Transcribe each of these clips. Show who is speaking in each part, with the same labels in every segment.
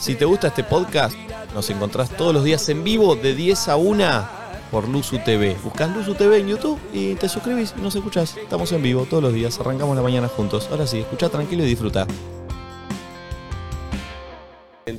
Speaker 1: Si te gusta este podcast, nos encontrás todos los días en vivo de 10 a 1 por Luzu TV. Buscás Luzu TV en YouTube y te suscribís y nos escuchás. Estamos en vivo todos los días, arrancamos la mañana juntos. Ahora sí, escuchá tranquilo y disfruta.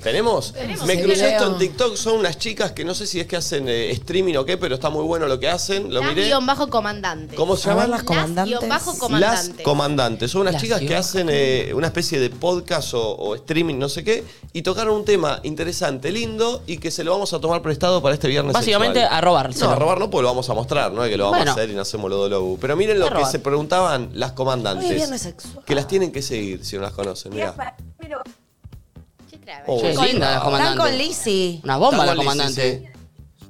Speaker 2: ¿Tenemos?
Speaker 3: Tenemos
Speaker 2: Me
Speaker 3: el
Speaker 2: cruzó
Speaker 3: video.
Speaker 2: esto en TikTok, son unas chicas que no sé si es que hacen eh, streaming o qué, pero está muy bueno lo que hacen, lo
Speaker 3: Las
Speaker 2: miré.
Speaker 3: guión bajo comandante.
Speaker 2: ¿Cómo se llaman?
Speaker 4: las comandantes.
Speaker 3: Las guión bajo
Speaker 2: Las
Speaker 3: comandante.
Speaker 2: comandantes. Son unas
Speaker 4: Las
Speaker 2: chicas que
Speaker 4: guión.
Speaker 2: hacen eh, una especie de podcast o, o streaming, no sé qué, y tocaron un tema interesante, lindo, y que se lo vamos a tomar prestado para este viernes.
Speaker 4: Básicamente,
Speaker 2: sexual.
Speaker 4: a robar.
Speaker 2: No, a robar no, pues lo vamos a mostrar, no es que lo vamos
Speaker 4: Bueno.
Speaker 2: a hacer y no hacemos lo dolobu. Pero miren lo
Speaker 4: A
Speaker 2: que
Speaker 4: robar.
Speaker 2: se preguntaban las comandantes.
Speaker 4: Hoy es viernes sexual.
Speaker 2: Que las tienen que seguir si no las conocen, mirá.
Speaker 3: Qué traba.
Speaker 2: Oh,
Speaker 4: Che,
Speaker 2: con-
Speaker 4: linda la
Speaker 5: Están
Speaker 4: comandante.
Speaker 5: con Lizzy.
Speaker 4: Una bomba la
Speaker 2: Estamos listos,
Speaker 4: comandante.
Speaker 2: sí.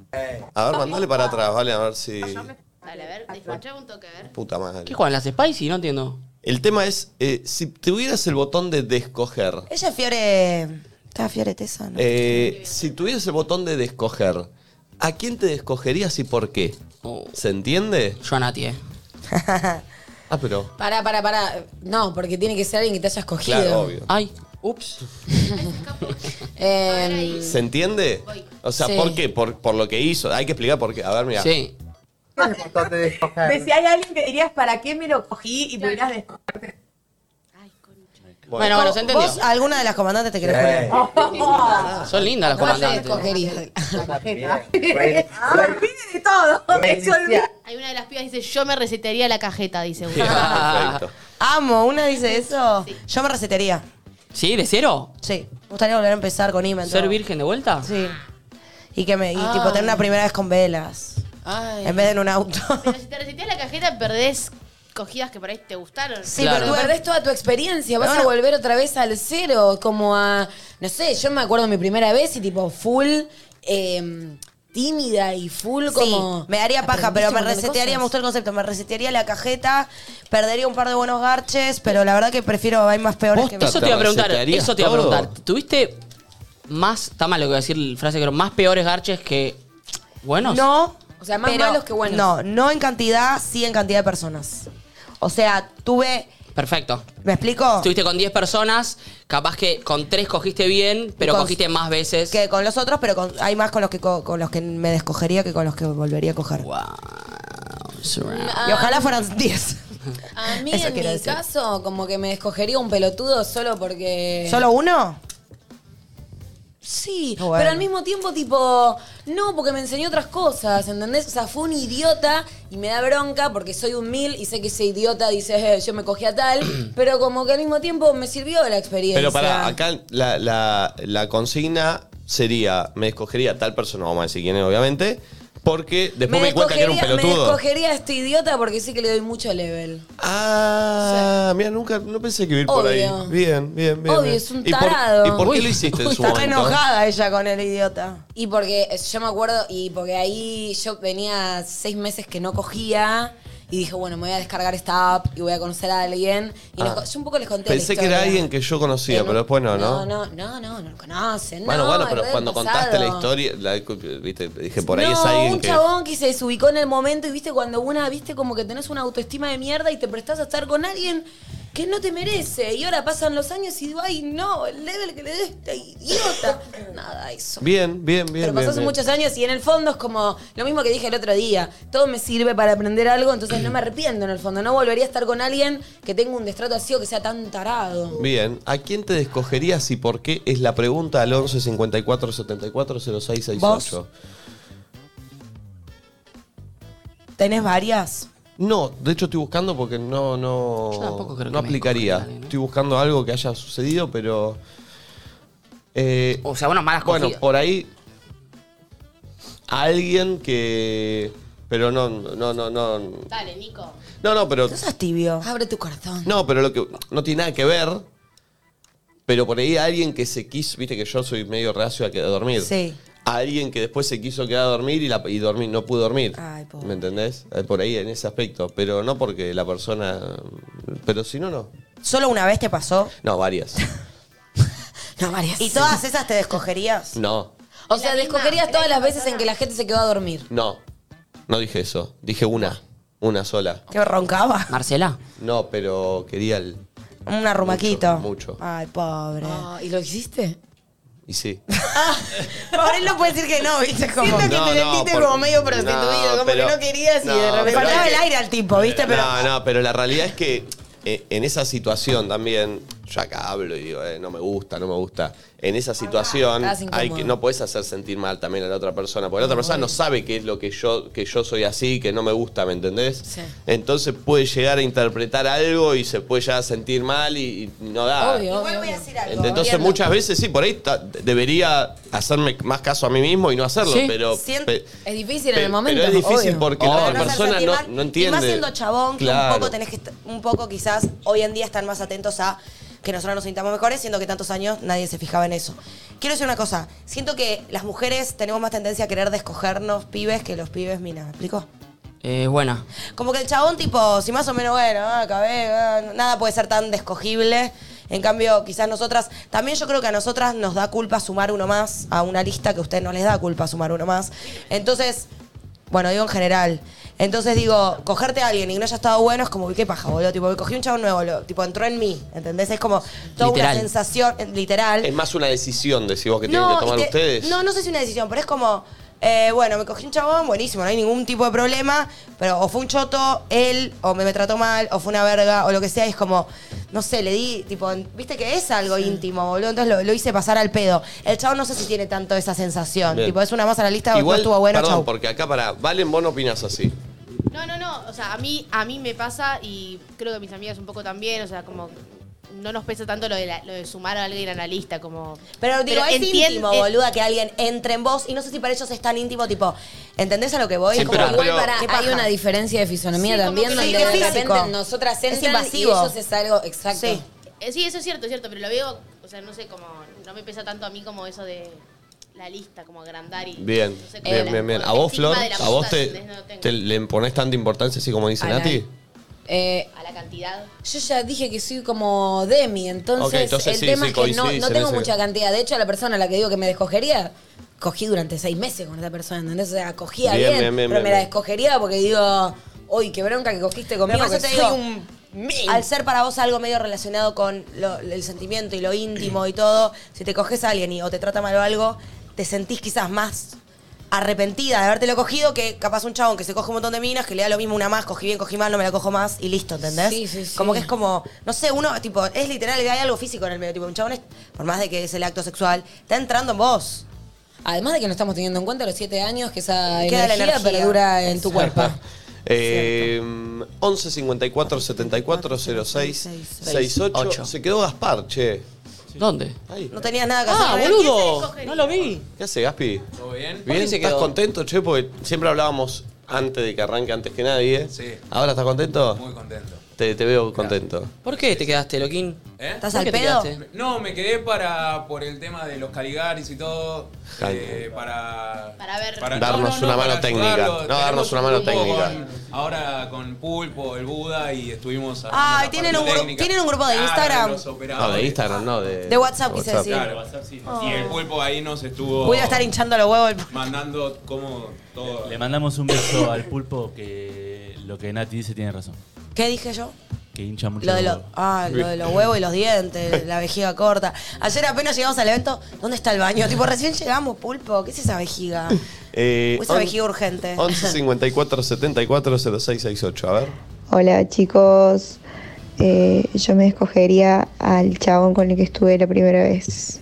Speaker 2: A ver, mandale para atrás, vale, a ver si.
Speaker 3: Dale, a ver, despachá un toque, a ver.
Speaker 2: Puta madre.
Speaker 4: ¿Qué juegan las Spicy? No entiendo.
Speaker 2: El tema es, eh, si tuvieras el botón de descoger,
Speaker 5: Ella es Fiore. Estaba Fiore Tesa, ¿no?
Speaker 2: eh, si tuvieras el botón de descoger, ¿a quién te descogerías y por qué?
Speaker 4: Oh.
Speaker 2: ¿Se entiende?
Speaker 4: Yo a Nati, eh.
Speaker 2: Ah, pero.
Speaker 6: Pará, pará, pará. No, porque tiene que ser alguien que te haya escogido.
Speaker 2: Claro, obvio.
Speaker 4: Ay, ups.
Speaker 6: Eh,
Speaker 2: ¿Se entiende? O sea,
Speaker 6: Sí.
Speaker 2: ¿por qué? Por, por lo que hizo. Hay que explicar por qué. A ver, mira.
Speaker 4: Sí.
Speaker 7: De si hay alguien que dirías, ¿para qué me lo cogí? Y pudieras decir,
Speaker 4: Bueno, bueno, se entendió.
Speaker 5: ¿Vos a alguna de las comandantes te querés poner? Ah,
Speaker 4: Son lindas las comandantes.
Speaker 6: escogerías.
Speaker 7: "Ay, pide de todo. Me olvidé.
Speaker 3: Hay una de las pibas que dice, yo me resetearía la cajeta, dice una.
Speaker 4: Ah.
Speaker 2: Perfecto.
Speaker 5: Amo, una dice eso. Yo me resetearía.
Speaker 4: ¿Sí? ¿De cero?
Speaker 5: Sí. Me gustaría volver a empezar con Iman.
Speaker 4: ¿Ser
Speaker 5: todo.
Speaker 4: virgen de vuelta?
Speaker 5: Sí. Y que me.
Speaker 6: Ah.
Speaker 5: Y tipo tener una primera vez con velas.
Speaker 4: Ay.
Speaker 5: En vés de en un auto.
Speaker 3: Pero si te reseteas la cajeta, perdés cogidas que por ahí te gustaron.
Speaker 5: sí,
Speaker 4: Claro.
Speaker 5: pero
Speaker 6: Pero
Speaker 5: tuve-
Speaker 6: perdés toda tu experiencia, vas
Speaker 5: No,
Speaker 6: a
Speaker 5: no.
Speaker 6: volver otra vez al cero, como a, no sé, yo me acuerdo mi primera vez y tipo full eh, tímida y full
Speaker 5: Sí,
Speaker 6: como...
Speaker 5: me daría paja, pero me
Speaker 6: aprendiste un montón de
Speaker 5: resetearía, me gustó
Speaker 6: cosas.
Speaker 5: el concepto, me resetearía la cajeta, perdería un par de buenos garches, pero la verdad que prefiero, hay más peores que...
Speaker 2: Posta.
Speaker 4: Eso te iba a preguntar,
Speaker 2: ¿Resetearías
Speaker 4: eso te iba a
Speaker 2: todo?
Speaker 4: preguntar. ¿Tuviste más, está mal lo que voy a decir, la frase que más peores garches que buenos?
Speaker 5: No.
Speaker 6: O sea, más malos que buenos.
Speaker 5: No, no en cantidad, sí en cantidad de personas. O sea, tuve...
Speaker 4: Perfecto.
Speaker 5: ¿Me explico?
Speaker 4: Estuviste con 10 personas, capaz que con 3 cogiste bien, pero
Speaker 5: Con-
Speaker 4: cogiste más veces.
Speaker 5: Que con los otros, pero con- hay más con los que co- con los que me descogería que con los que volvería a coger. Y ojalá fueran 10.
Speaker 6: Ah, A mí
Speaker 5: Eso
Speaker 6: en mi
Speaker 5: quiero decir.
Speaker 6: caso, como que me escogería un pelotudo solo porque...
Speaker 5: ¿Solo uno?
Speaker 6: Eh. Sí,
Speaker 2: Ah,
Speaker 5: Bueno.
Speaker 6: pero al mismo tiempo, tipo, no, porque me enseñó otras cosas, ¿entendés? O sea, fue un idiota y me da bronca porque soy un mil y sé que ese idiota dice, "Eh, yo me cogí a tal, pero como que al mismo tiempo me sirvió la experiencia.
Speaker 2: Pero para acá la, la- la consigna sería, me escogería a tal persona, vamos a decir quién es, obviamente, porque después me, di cuenta que era un
Speaker 6: descogería- Me
Speaker 2: pelotudo.
Speaker 6: escogería a este idiota porque sé que le doy mucho level.
Speaker 2: Ah, mira, nunca, no pensé que vivir por ahí.
Speaker 6: Obvio.
Speaker 2: Bien, bien, bien.
Speaker 6: Obvio,
Speaker 2: bien.
Speaker 6: es un
Speaker 2: ¿Y por-
Speaker 6: tarado.
Speaker 2: ¿Y por, qué
Speaker 4: Uy,
Speaker 2: lo hiciste en su
Speaker 5: Está re
Speaker 2: momento?
Speaker 5: enojada ella con el idiota.
Speaker 6: Y porque eh, yo me acuerdo, y porque ahí yo venía seis meses que no cogía. Y dije, bueno, me voy a descargar esta app y voy a conocer a alguien. Y
Speaker 2: Ah.
Speaker 6: les co- yo un poco les conté la
Speaker 2: Pensé que era
Speaker 6: historia.
Speaker 2: alguien que yo conocía,
Speaker 6: En un-
Speaker 2: pero después no, ¿no?
Speaker 6: No, no, no, no, no lo conocen.
Speaker 2: Bueno,
Speaker 6: no,
Speaker 2: bueno,
Speaker 6: es
Speaker 2: pero
Speaker 6: re
Speaker 2: cuando
Speaker 6: del
Speaker 2: contaste la
Speaker 6: pasado.
Speaker 2: historia, la- viste, dije, por ahí
Speaker 6: no,
Speaker 2: es alguien
Speaker 6: un
Speaker 2: que...
Speaker 6: chabón que se desubicó en el momento y viste cuando una, viste como que tenés una autoestima de mierda y te prestás a estar con alguien que no te merece. Y ahora pasan los años y digo, ay, no, el level que le des este idiota. Nada, eso.
Speaker 2: Bien, bien, bien.
Speaker 6: Pero
Speaker 2: bien,
Speaker 6: pasó hace
Speaker 2: bien.
Speaker 6: muchos años y en el fondo es como lo mismo que dije el otro día. Todo me sirve para aprender algo, entonces no me arrepiento en el fondo. No volvería a estar con alguien que tenga un destrato así o que sea tan tarado.
Speaker 2: Bien, ¿a quién te descogerías y por qué? Es la pregunta al 11 54 74 06 68.
Speaker 5: ¿Tenés varias?
Speaker 2: No, de hecho estoy buscando porque no no
Speaker 4: Yo tampoco creo
Speaker 2: no
Speaker 4: que me
Speaker 2: aplicaría.
Speaker 4: escogería a nadie, ¿no?
Speaker 2: Estoy buscando algo que haya sucedido, pero eh,
Speaker 4: O sea, bueno, malas
Speaker 2: bueno,
Speaker 4: cogidas.
Speaker 2: por ahí alguien que pero no no no no no
Speaker 3: Dale, Nico.
Speaker 2: no, pero
Speaker 5: No seas tibio.
Speaker 6: Abre tu corazón.
Speaker 2: No, pero lo que no tiene nada que ver. Pero por ahí alguien que se quiso, viste que yo soy medio reacio a quedar a dormir.
Speaker 5: Sí.
Speaker 2: Alguien que después se quiso quedar a dormir y, la, y dormir, no pudo dormir.
Speaker 5: Ay, pobre.
Speaker 2: ¿Me entendés? Eh, Por ahí en ese aspecto. Pero no porque la persona. Pero si no, no.
Speaker 5: ¿Solo una vez te pasó?
Speaker 2: No, varias.
Speaker 6: No, varias.
Speaker 5: ¿Y todas esas te descogerías?
Speaker 2: No,
Speaker 6: O sea,
Speaker 3: La misma,
Speaker 6: descogerías
Speaker 3: era
Speaker 6: todas
Speaker 3: la
Speaker 6: las
Speaker 3: misma
Speaker 6: veces en que la gente se quedó a dormir.
Speaker 2: no. No dije eso. Dije una. Una sola.
Speaker 5: ¿Que roncaba?
Speaker 4: Marcela.
Speaker 2: No, pero quería el.
Speaker 5: Ah. Un arrumaquito.
Speaker 2: Mucho, mucho.
Speaker 5: Ay, pobre.
Speaker 6: ¿Y lo hiciste?
Speaker 2: Y sí.
Speaker 5: Ahora él no puede decir que no, ¿viste? Como,
Speaker 2: Siento que No, te no, sentiste por- como medio prostituido, no, como que pero- no querías y no, de repente-
Speaker 5: Le
Speaker 2: pero
Speaker 5: faltaba
Speaker 2: hay que-
Speaker 5: el aire al tipo, ¿viste? Pero.
Speaker 2: No, no, pero la realidad es que eh, en esa situación también, yo acá hablo y digo, eh, no me gusta, no me gusta. En esa situación
Speaker 6: estás incómodo.
Speaker 2: hay que, no puedes hacer sentir mal también a la otra persona, porque la otra persona no sabe qué es lo que yo, que yo soy así, que no me gusta, ¿me entendés?
Speaker 6: Sí.
Speaker 2: Entonces puede llegar a interpretar algo y se puede llegar a sentir mal y, y no da.
Speaker 6: Obvio,
Speaker 5: Igual
Speaker 6: obvio.
Speaker 5: voy a decir algo.
Speaker 2: Entonces
Speaker 5: Entiendo.
Speaker 2: muchas veces sí, por ahí ta- debería hacerme más caso a mí mismo y no hacerlo,
Speaker 4: Sí.
Speaker 2: pero...
Speaker 5: Siento-
Speaker 2: pe-
Speaker 6: Es difícil en
Speaker 2: Pe-
Speaker 6: el momento.
Speaker 2: Pero es difícil
Speaker 6: obvio.
Speaker 2: porque
Speaker 4: Obvio.
Speaker 2: la
Speaker 5: No
Speaker 2: otra
Speaker 5: se
Speaker 2: persona
Speaker 5: hace
Speaker 2: no,
Speaker 5: sentir mal.
Speaker 2: no entiende.
Speaker 5: Y más siendo chabón, que
Speaker 2: Claro.
Speaker 5: un poco tenés que. est- Un poco quizás hoy en día están más atentos a que nosotros nos sintamos mejores, siendo que tantos años nadie se fijaba en eso. Quiero decir una cosa. Siento que las mujeres tenemos más tendencia a querer descogernos pibes que los pibes minas. ¿Me explico?
Speaker 4: Eh, buena.
Speaker 5: Como que el chabón, tipo, si más o menos, bueno, ah, acabé, ah, nada puede ser tan descogible. En cambio, quizás nosotras, también yo creo que a nosotras nos da culpa sumar uno más a una lista que a ustedes no les da culpa sumar uno más. Entonces, bueno, digo en general. Entonces digo, cogerte a alguien y que no haya estado bueno es como, uy, qué paja, boludo. Tipo, me cogí un chabón nuevo, lo- tipo, entró en mí, ¿entendés? Es como toda
Speaker 4: Literal.
Speaker 5: una sensación, eh, literal.
Speaker 2: Es más una decisión, decís vos, que tienen
Speaker 5: No,
Speaker 2: que tomar
Speaker 5: y te-
Speaker 2: ustedes.
Speaker 5: No, no sé si una decisión, pero es como, eh, bueno, me cogí un chabón, buenísimo, no hay ningún tipo de problema, pero o fue un choto, él, o me, me trató mal, o fue una verga, o lo que sea, y es como, no sé, le di, tipo, en- viste que es algo íntimo, boludo, entonces lo, lo hice pasar al pedo. El chabón no sé si tiene tanto esa sensación,
Speaker 2: Bien.
Speaker 5: tipo, es una más a la lista, no estuvo bueno,
Speaker 2: perdón,
Speaker 5: chau.
Speaker 2: porque acá para. Valen, vos no opinás así.
Speaker 3: No, no, no. O sea, a mí, a mí me pasa y creo que a mis amigas un poco también. O sea, como no nos pesa tanto lo de, la- lo de sumar a alguien a la lista. Como,
Speaker 5: Pero digo, es
Speaker 3: entien-
Speaker 5: íntimo,
Speaker 3: eh,
Speaker 5: boluda, que alguien entre en vos, y no sé si para ellos es tan íntimo, tipo, ¿entendés a lo que voy?
Speaker 2: Sí,
Speaker 5: Es como,
Speaker 6: Pero
Speaker 2: Pero-
Speaker 6: igual
Speaker 2: pero-
Speaker 6: para,
Speaker 5: ¿Qué
Speaker 6: hay
Speaker 5: paja?
Speaker 6: una diferencia de fisonomía
Speaker 3: Sí, como
Speaker 6: también
Speaker 3: que
Speaker 6: donde
Speaker 3: sí,
Speaker 6: de
Speaker 3: es
Speaker 5: físico.
Speaker 6: repente nosotras
Speaker 5: Es
Speaker 6: entran y
Speaker 5: invasivo.
Speaker 6: ellos es algo exacto.
Speaker 5: Sí.
Speaker 3: eh, sí, eso es cierto, es cierto. Pero lo veo, o sea, no sé, como no me pesa tanto a mí como eso de la lista, como agrandar y.
Speaker 2: Bien,
Speaker 3: no sé, como
Speaker 2: bien,
Speaker 3: la-
Speaker 2: bien, bien.
Speaker 3: como
Speaker 2: A
Speaker 3: el
Speaker 2: vos,
Speaker 3: estigma
Speaker 2: Flor,
Speaker 3: de la
Speaker 2: a vos
Speaker 3: puta,
Speaker 2: te,
Speaker 3: ¿entendés? No tengo.
Speaker 2: te- le ponés tanta importancia así como dice
Speaker 6: A la-
Speaker 2: Nati.
Speaker 6: Eh,
Speaker 3: a la cantidad.
Speaker 6: yo ya dije que soy como Demi, entonces,
Speaker 2: Ok, entonces
Speaker 6: el
Speaker 2: sí,
Speaker 6: tema
Speaker 2: sí,
Speaker 6: es que no,
Speaker 2: coincidís
Speaker 6: no
Speaker 2: en
Speaker 6: tengo
Speaker 2: ese-
Speaker 6: mucha cantidad. De hecho, a la persona a la que digo que me descogería, cogí durante seis meses con esta persona, ¿entendés? O sea, cogía
Speaker 2: Bien,
Speaker 6: bien,
Speaker 2: bien, bien,
Speaker 6: pero
Speaker 2: bien,
Speaker 6: me la
Speaker 2: bien.
Speaker 6: descogería porque digo, uy, qué bronca que cogiste
Speaker 5: Pero
Speaker 6: conmigo,
Speaker 5: por eso
Speaker 6: que
Speaker 5: te
Speaker 6: soy
Speaker 5: digo,
Speaker 6: un... mil".
Speaker 5: al ser para vos algo medio relacionado con lo- el sentimiento y lo íntimo y todo, si te coges a alguien y, o te trata mal o algo, te sentís quizás más arrepentida de habértelo cogido que capaz un chabón que se coge un montón de minas, que le da lo mismo una más, cogí bien, cogí mal, no me la cojo más y listo, ¿entendés?
Speaker 6: Sí, sí, sí.
Speaker 5: Como que es como, no sé, uno, tipo, es literal, hay algo físico en el medio, tipo, un chabón es, por más de que es el acto sexual, está entrando en vos.
Speaker 6: Además de que no estamos teniendo en cuenta los siete años que esa
Speaker 5: Queda la
Speaker 6: energía,
Speaker 5: energía.
Speaker 6: perdura en tu cuerpo.
Speaker 2: Eh, 11 54 74 06 68.
Speaker 4: Ocho.
Speaker 2: Se quedó Gaspar, che.
Speaker 4: ¿Dónde?
Speaker 2: Ahí.
Speaker 5: No tenías nada que
Speaker 4: Ah,
Speaker 5: hacer.
Speaker 4: boludo. No lo vi.
Speaker 2: ¿Qué hace, Gaspi?
Speaker 8: ¿Todo bien?
Speaker 4: ¿Por
Speaker 2: ¿Bien?
Speaker 4: qué se
Speaker 2: ¿Estás
Speaker 4: quedó?
Speaker 2: contento, che? Porque siempre hablábamos antes de que arranque antes que nadie.
Speaker 8: Sí.
Speaker 2: ¿Ahora estás contento?
Speaker 8: Muy contento.
Speaker 2: Te, te veo contento.
Speaker 4: ¿Por qué te quedaste, Loquín?
Speaker 8: ¿Eh?
Speaker 5: ¿Estás
Speaker 4: ¿Por
Speaker 5: al
Speaker 4: qué te
Speaker 5: pedo?
Speaker 4: quedaste?
Speaker 8: No, me quedé para por el tema de los Caligaris y todo. eh, para,
Speaker 3: Para ver.
Speaker 2: Darnos una mano
Speaker 8: para
Speaker 2: técnica.
Speaker 8: ayudarlo.
Speaker 2: No,
Speaker 8: Tenemos
Speaker 2: darnos una
Speaker 8: un
Speaker 2: mano
Speaker 8: grupo
Speaker 2: técnica.
Speaker 8: con- ahora con Pulpo, el Buda y estuvimos. armando
Speaker 5: Ay,
Speaker 8: la
Speaker 5: Ah, tienen
Speaker 8: parte
Speaker 5: un gru-
Speaker 8: técnica.
Speaker 5: tienen un grupo de
Speaker 8: Claro,
Speaker 5: Instagram.
Speaker 8: los operadores.
Speaker 2: No, Ah, de Instagram, no, de.
Speaker 5: De WhatsApp, quise decir.
Speaker 8: Claro. Y el Pulpo ahí nos estuvo.
Speaker 5: Voy a estar hinchando los huevos. el-
Speaker 8: Mandando como todo.
Speaker 9: Le mandamos un beso al pulpo que lo que Nati dice tiene razón.
Speaker 5: ¿Qué dije yo?
Speaker 9: Que hincha mucho.
Speaker 5: Lo de,
Speaker 9: los
Speaker 5: lo- ah, lo de los huevos y los dientes, la vejiga corta. Ayer apenas llegamos al evento, ¿dónde está el baño? Tipo, recién llegamos, pulpo. ¿Qué es esa vejiga?
Speaker 2: Eh,
Speaker 5: O esa vejiga urgente.
Speaker 2: 11 54 74 06 68. A ver.
Speaker 10: Hola chicos, Eh, yo me escogería al chabón con el que estuve la primera vez.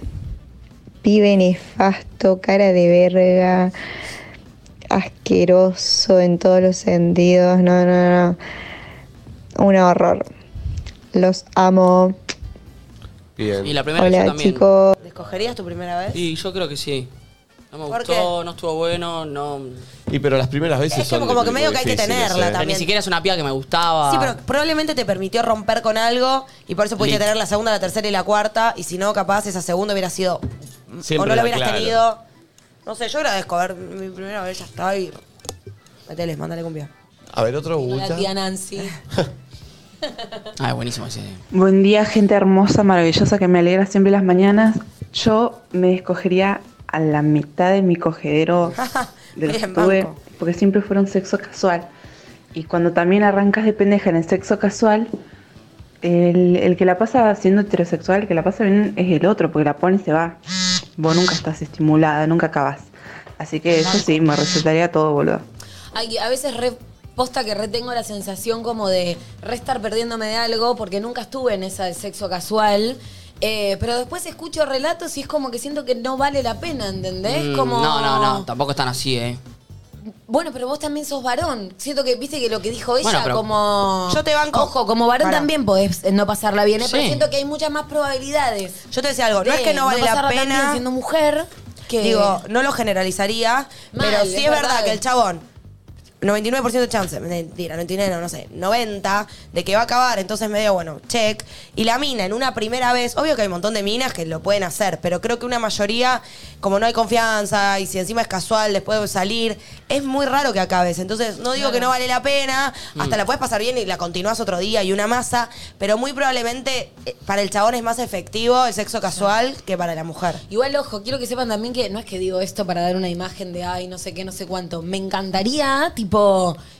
Speaker 10: Pibe nefasto, cara de verga, asqueroso en todos los sentidos, no, no, no, un horror. Los amo.
Speaker 2: Bien.
Speaker 4: Y la primera vez yo
Speaker 10: Hola
Speaker 4: también.
Speaker 10: chicos.
Speaker 5: ¿Escogerías tu primera vez?
Speaker 4: Y yo creo que sí. No me
Speaker 5: ¿Por
Speaker 4: gustó, no estuvo bueno, no. pero
Speaker 2: Y pero las primeras veces
Speaker 5: Es que
Speaker 2: son.
Speaker 5: como
Speaker 2: de
Speaker 5: que medio que hay que
Speaker 2: difíciles,
Speaker 5: tenerla
Speaker 2: eh.
Speaker 5: también.
Speaker 4: ni siquiera es una piba que me gustaba.
Speaker 5: Sí, pero probablemente te permitió romper con algo y por eso pudiste
Speaker 4: Lit.
Speaker 5: tener la segunda, la tercera y la cuarta. Y si no, capaz esa segunda hubiera sido.
Speaker 2: Siempre
Speaker 5: o no
Speaker 2: era
Speaker 5: la hubieras
Speaker 2: claro.
Speaker 5: tenido. No sé, yo agradezco. A ver, mi primera vez ya está y. Meteles, mándale cumbia.
Speaker 2: A ver, otro
Speaker 6: La
Speaker 2: Buda.
Speaker 6: tía Nancy.
Speaker 4: Ah, buenísimo ese.
Speaker 11: Buen día, gente hermosa, maravillosa que me alegra siempre las mañanas. Yo me escogería a la mitad de mi cogedero de los que
Speaker 5: Bien,
Speaker 11: tuve,
Speaker 5: banco.
Speaker 11: porque siempre fueron sexo casual. Y cuando también arrancas de pendeja en el sexo casual, el, el que la pasa siendo heterosexual, el que la pasa bien es el otro, porque la pone y se va. Vos nunca estás estimulada, nunca acabas. Así que yo sí, me recetaría todo, boludo.
Speaker 6: Ay, a veces re- posta que retengo la sensación como de re estar perdiéndome de algo porque nunca estuve en esa de sexo casual. Eh, pero después escucho relatos y es como que siento que no vale la pena, ¿entendés?
Speaker 4: Mm,
Speaker 6: como...
Speaker 4: No, no, no, tampoco están así, ¿eh?
Speaker 6: Bueno, pero vos también sos varón. Siento que, viste, que lo que dijo ella,
Speaker 4: Bueno, pero-
Speaker 6: como...
Speaker 5: Yo te banco.
Speaker 6: Ojo, como varón
Speaker 5: Pará.
Speaker 6: también podés eh, no pasarla bien, ¿eh? pero
Speaker 5: Sí.
Speaker 6: siento que hay muchas más probabilidades.
Speaker 5: Yo te decía algo, no
Speaker 6: de
Speaker 5: es que no vale la
Speaker 6: pasarla tan bien
Speaker 5: pena.
Speaker 6: siendo mujer, que...
Speaker 5: Digo, no lo generalizaría,
Speaker 6: Mal,
Speaker 5: pero sí
Speaker 6: es
Speaker 5: es verdad,
Speaker 6: verdad.
Speaker 5: que el chabón, 99% de chance, mentira, 99, no sé, 90, de que va a acabar, entonces medio, bueno, check. Y la mina, en una primera vez, obvio que hay un montón de minas que lo pueden hacer, pero creo que una mayoría, como no hay confianza y si encima es casual, después de salir, es muy raro que acabes. Entonces, no digo que no vale la pena, hasta
Speaker 6: Mm.
Speaker 5: la puedes pasar bien y la continúas otro día y una masa, pero muy probablemente eh, para el chabón es más efectivo el sexo casual que para la mujer.
Speaker 6: Igual, ojo, quiero que sepan también que no es que digo esto para dar una imagen de ay, no sé qué, no sé cuánto. Me encantaría, tipo,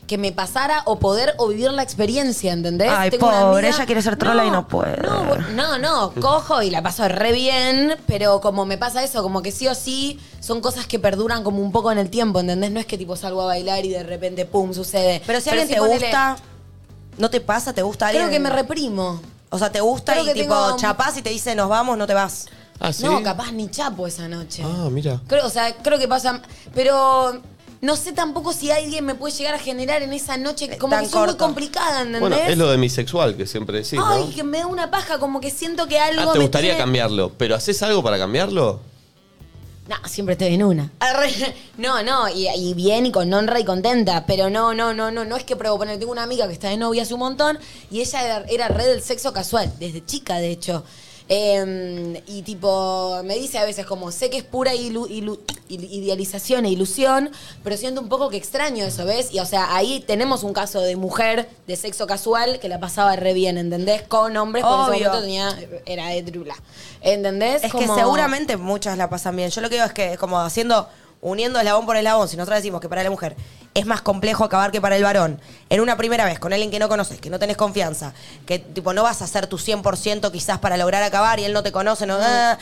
Speaker 6: que me pasara o poder o vivir la experiencia, ¿entendés?
Speaker 5: Ay,
Speaker 6: una
Speaker 5: pobre,
Speaker 6: amiga-
Speaker 5: ella quiere ser trola y no puede.
Speaker 6: No, bo- no, no, cojo y la paso re bien, pero como me pasa eso, como que sí o sí, son cosas que perduran como un poco en el tiempo, ¿entendés? No es que tipo salgo a bailar y de repente, pum, sucede.
Speaker 5: Pero si alguien te
Speaker 6: ponele-
Speaker 5: gusta, ¿no te pasa? ¿Te gusta alguien?
Speaker 6: Creo que me reprimo.
Speaker 5: O sea, te gusta
Speaker 6: Creo
Speaker 5: y
Speaker 6: que
Speaker 5: tipo
Speaker 6: tengo-
Speaker 5: chapás y te dice nos vamos, no te vas.
Speaker 6: No, capaz ni chapo esa noche.
Speaker 2: Ah, mira.
Speaker 6: Creo, o sea, creo que pasa. Pero no sé tampoco si alguien me puede llegar a generar en esa noche. Como
Speaker 5: Eh, tan
Speaker 6: que soy muy
Speaker 5: corto.
Speaker 6: complicada, ¿entendés?
Speaker 2: Bueno, es lo de mi sexual que siempre decís, ¿no?
Speaker 6: Ay, que me da una paja, como que siento que algo.
Speaker 2: Ah, te
Speaker 6: me
Speaker 2: gustaría
Speaker 6: tiene-
Speaker 2: cambiarlo, pero ¿haces algo para cambiarlo?
Speaker 6: No, siempre estoy en una. Arre. No, no, y, y bien y con honra y contenta, pero no, no, no, no, no es que pruebo poner. Tengo una amiga que está de novia hace un montón y ella era, era re del sexo casual, desde chica de hecho. Eh, y tipo, me dice a veces como, sé que es pura ilu- ilu- il- idealización e ilusión, pero siento un poco que extraño eso, ¿ves? Y o sea, ahí tenemos un caso de mujer de sexo casual que la pasaba re bien, ¿entendés? Con hombres, porque en ese
Speaker 5: Obvio.
Speaker 6: momento tenía, era heterula, ¿entendés?
Speaker 5: Es
Speaker 6: Como-
Speaker 5: que seguramente muchas la pasan bien. Yo lo que digo es que como haciendo, uniendo eslabón por eslabón, si nosotros decimos que para la mujer es más complejo acabar que para el varón, en una primera vez con alguien que no conoces, que no tenés confianza, que tipo no vas a hacer tu 100% quizás para lograr acabar y él no te conoce, no... ah,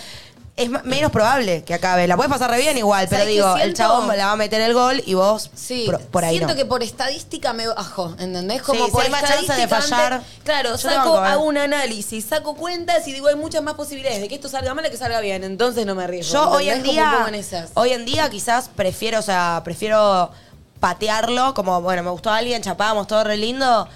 Speaker 5: es ma- menos probable que acabe. La puedes pasar re bien igual, pero
Speaker 6: ¿Sabés qué
Speaker 5: digo, el
Speaker 6: siento?
Speaker 5: chabón la va a meter el gol y vos
Speaker 6: Sí,
Speaker 5: pro- por ahí
Speaker 6: siento
Speaker 5: no.
Speaker 6: que por estadística me bajo, ¿entendés? Como
Speaker 5: Sí, si
Speaker 6: por
Speaker 5: hay más chance de
Speaker 6: estadística
Speaker 5: fallar,
Speaker 6: antes- claro,
Speaker 5: yo te
Speaker 6: saco,
Speaker 5: banco, eh.
Speaker 6: hago un análisis, saco cuentas y digo, hay muchas más posibilidades de que esto salga mal a que salga bien, entonces no me arriesgo.
Speaker 5: Yo hoy en
Speaker 6: ¿entendés? Como un
Speaker 5: día,
Speaker 6: poco en esas.
Speaker 5: hoy en día quizás prefiero, o sea, prefiero patearlo, como bueno, me gustó alguien, chapamos, todo re lindo.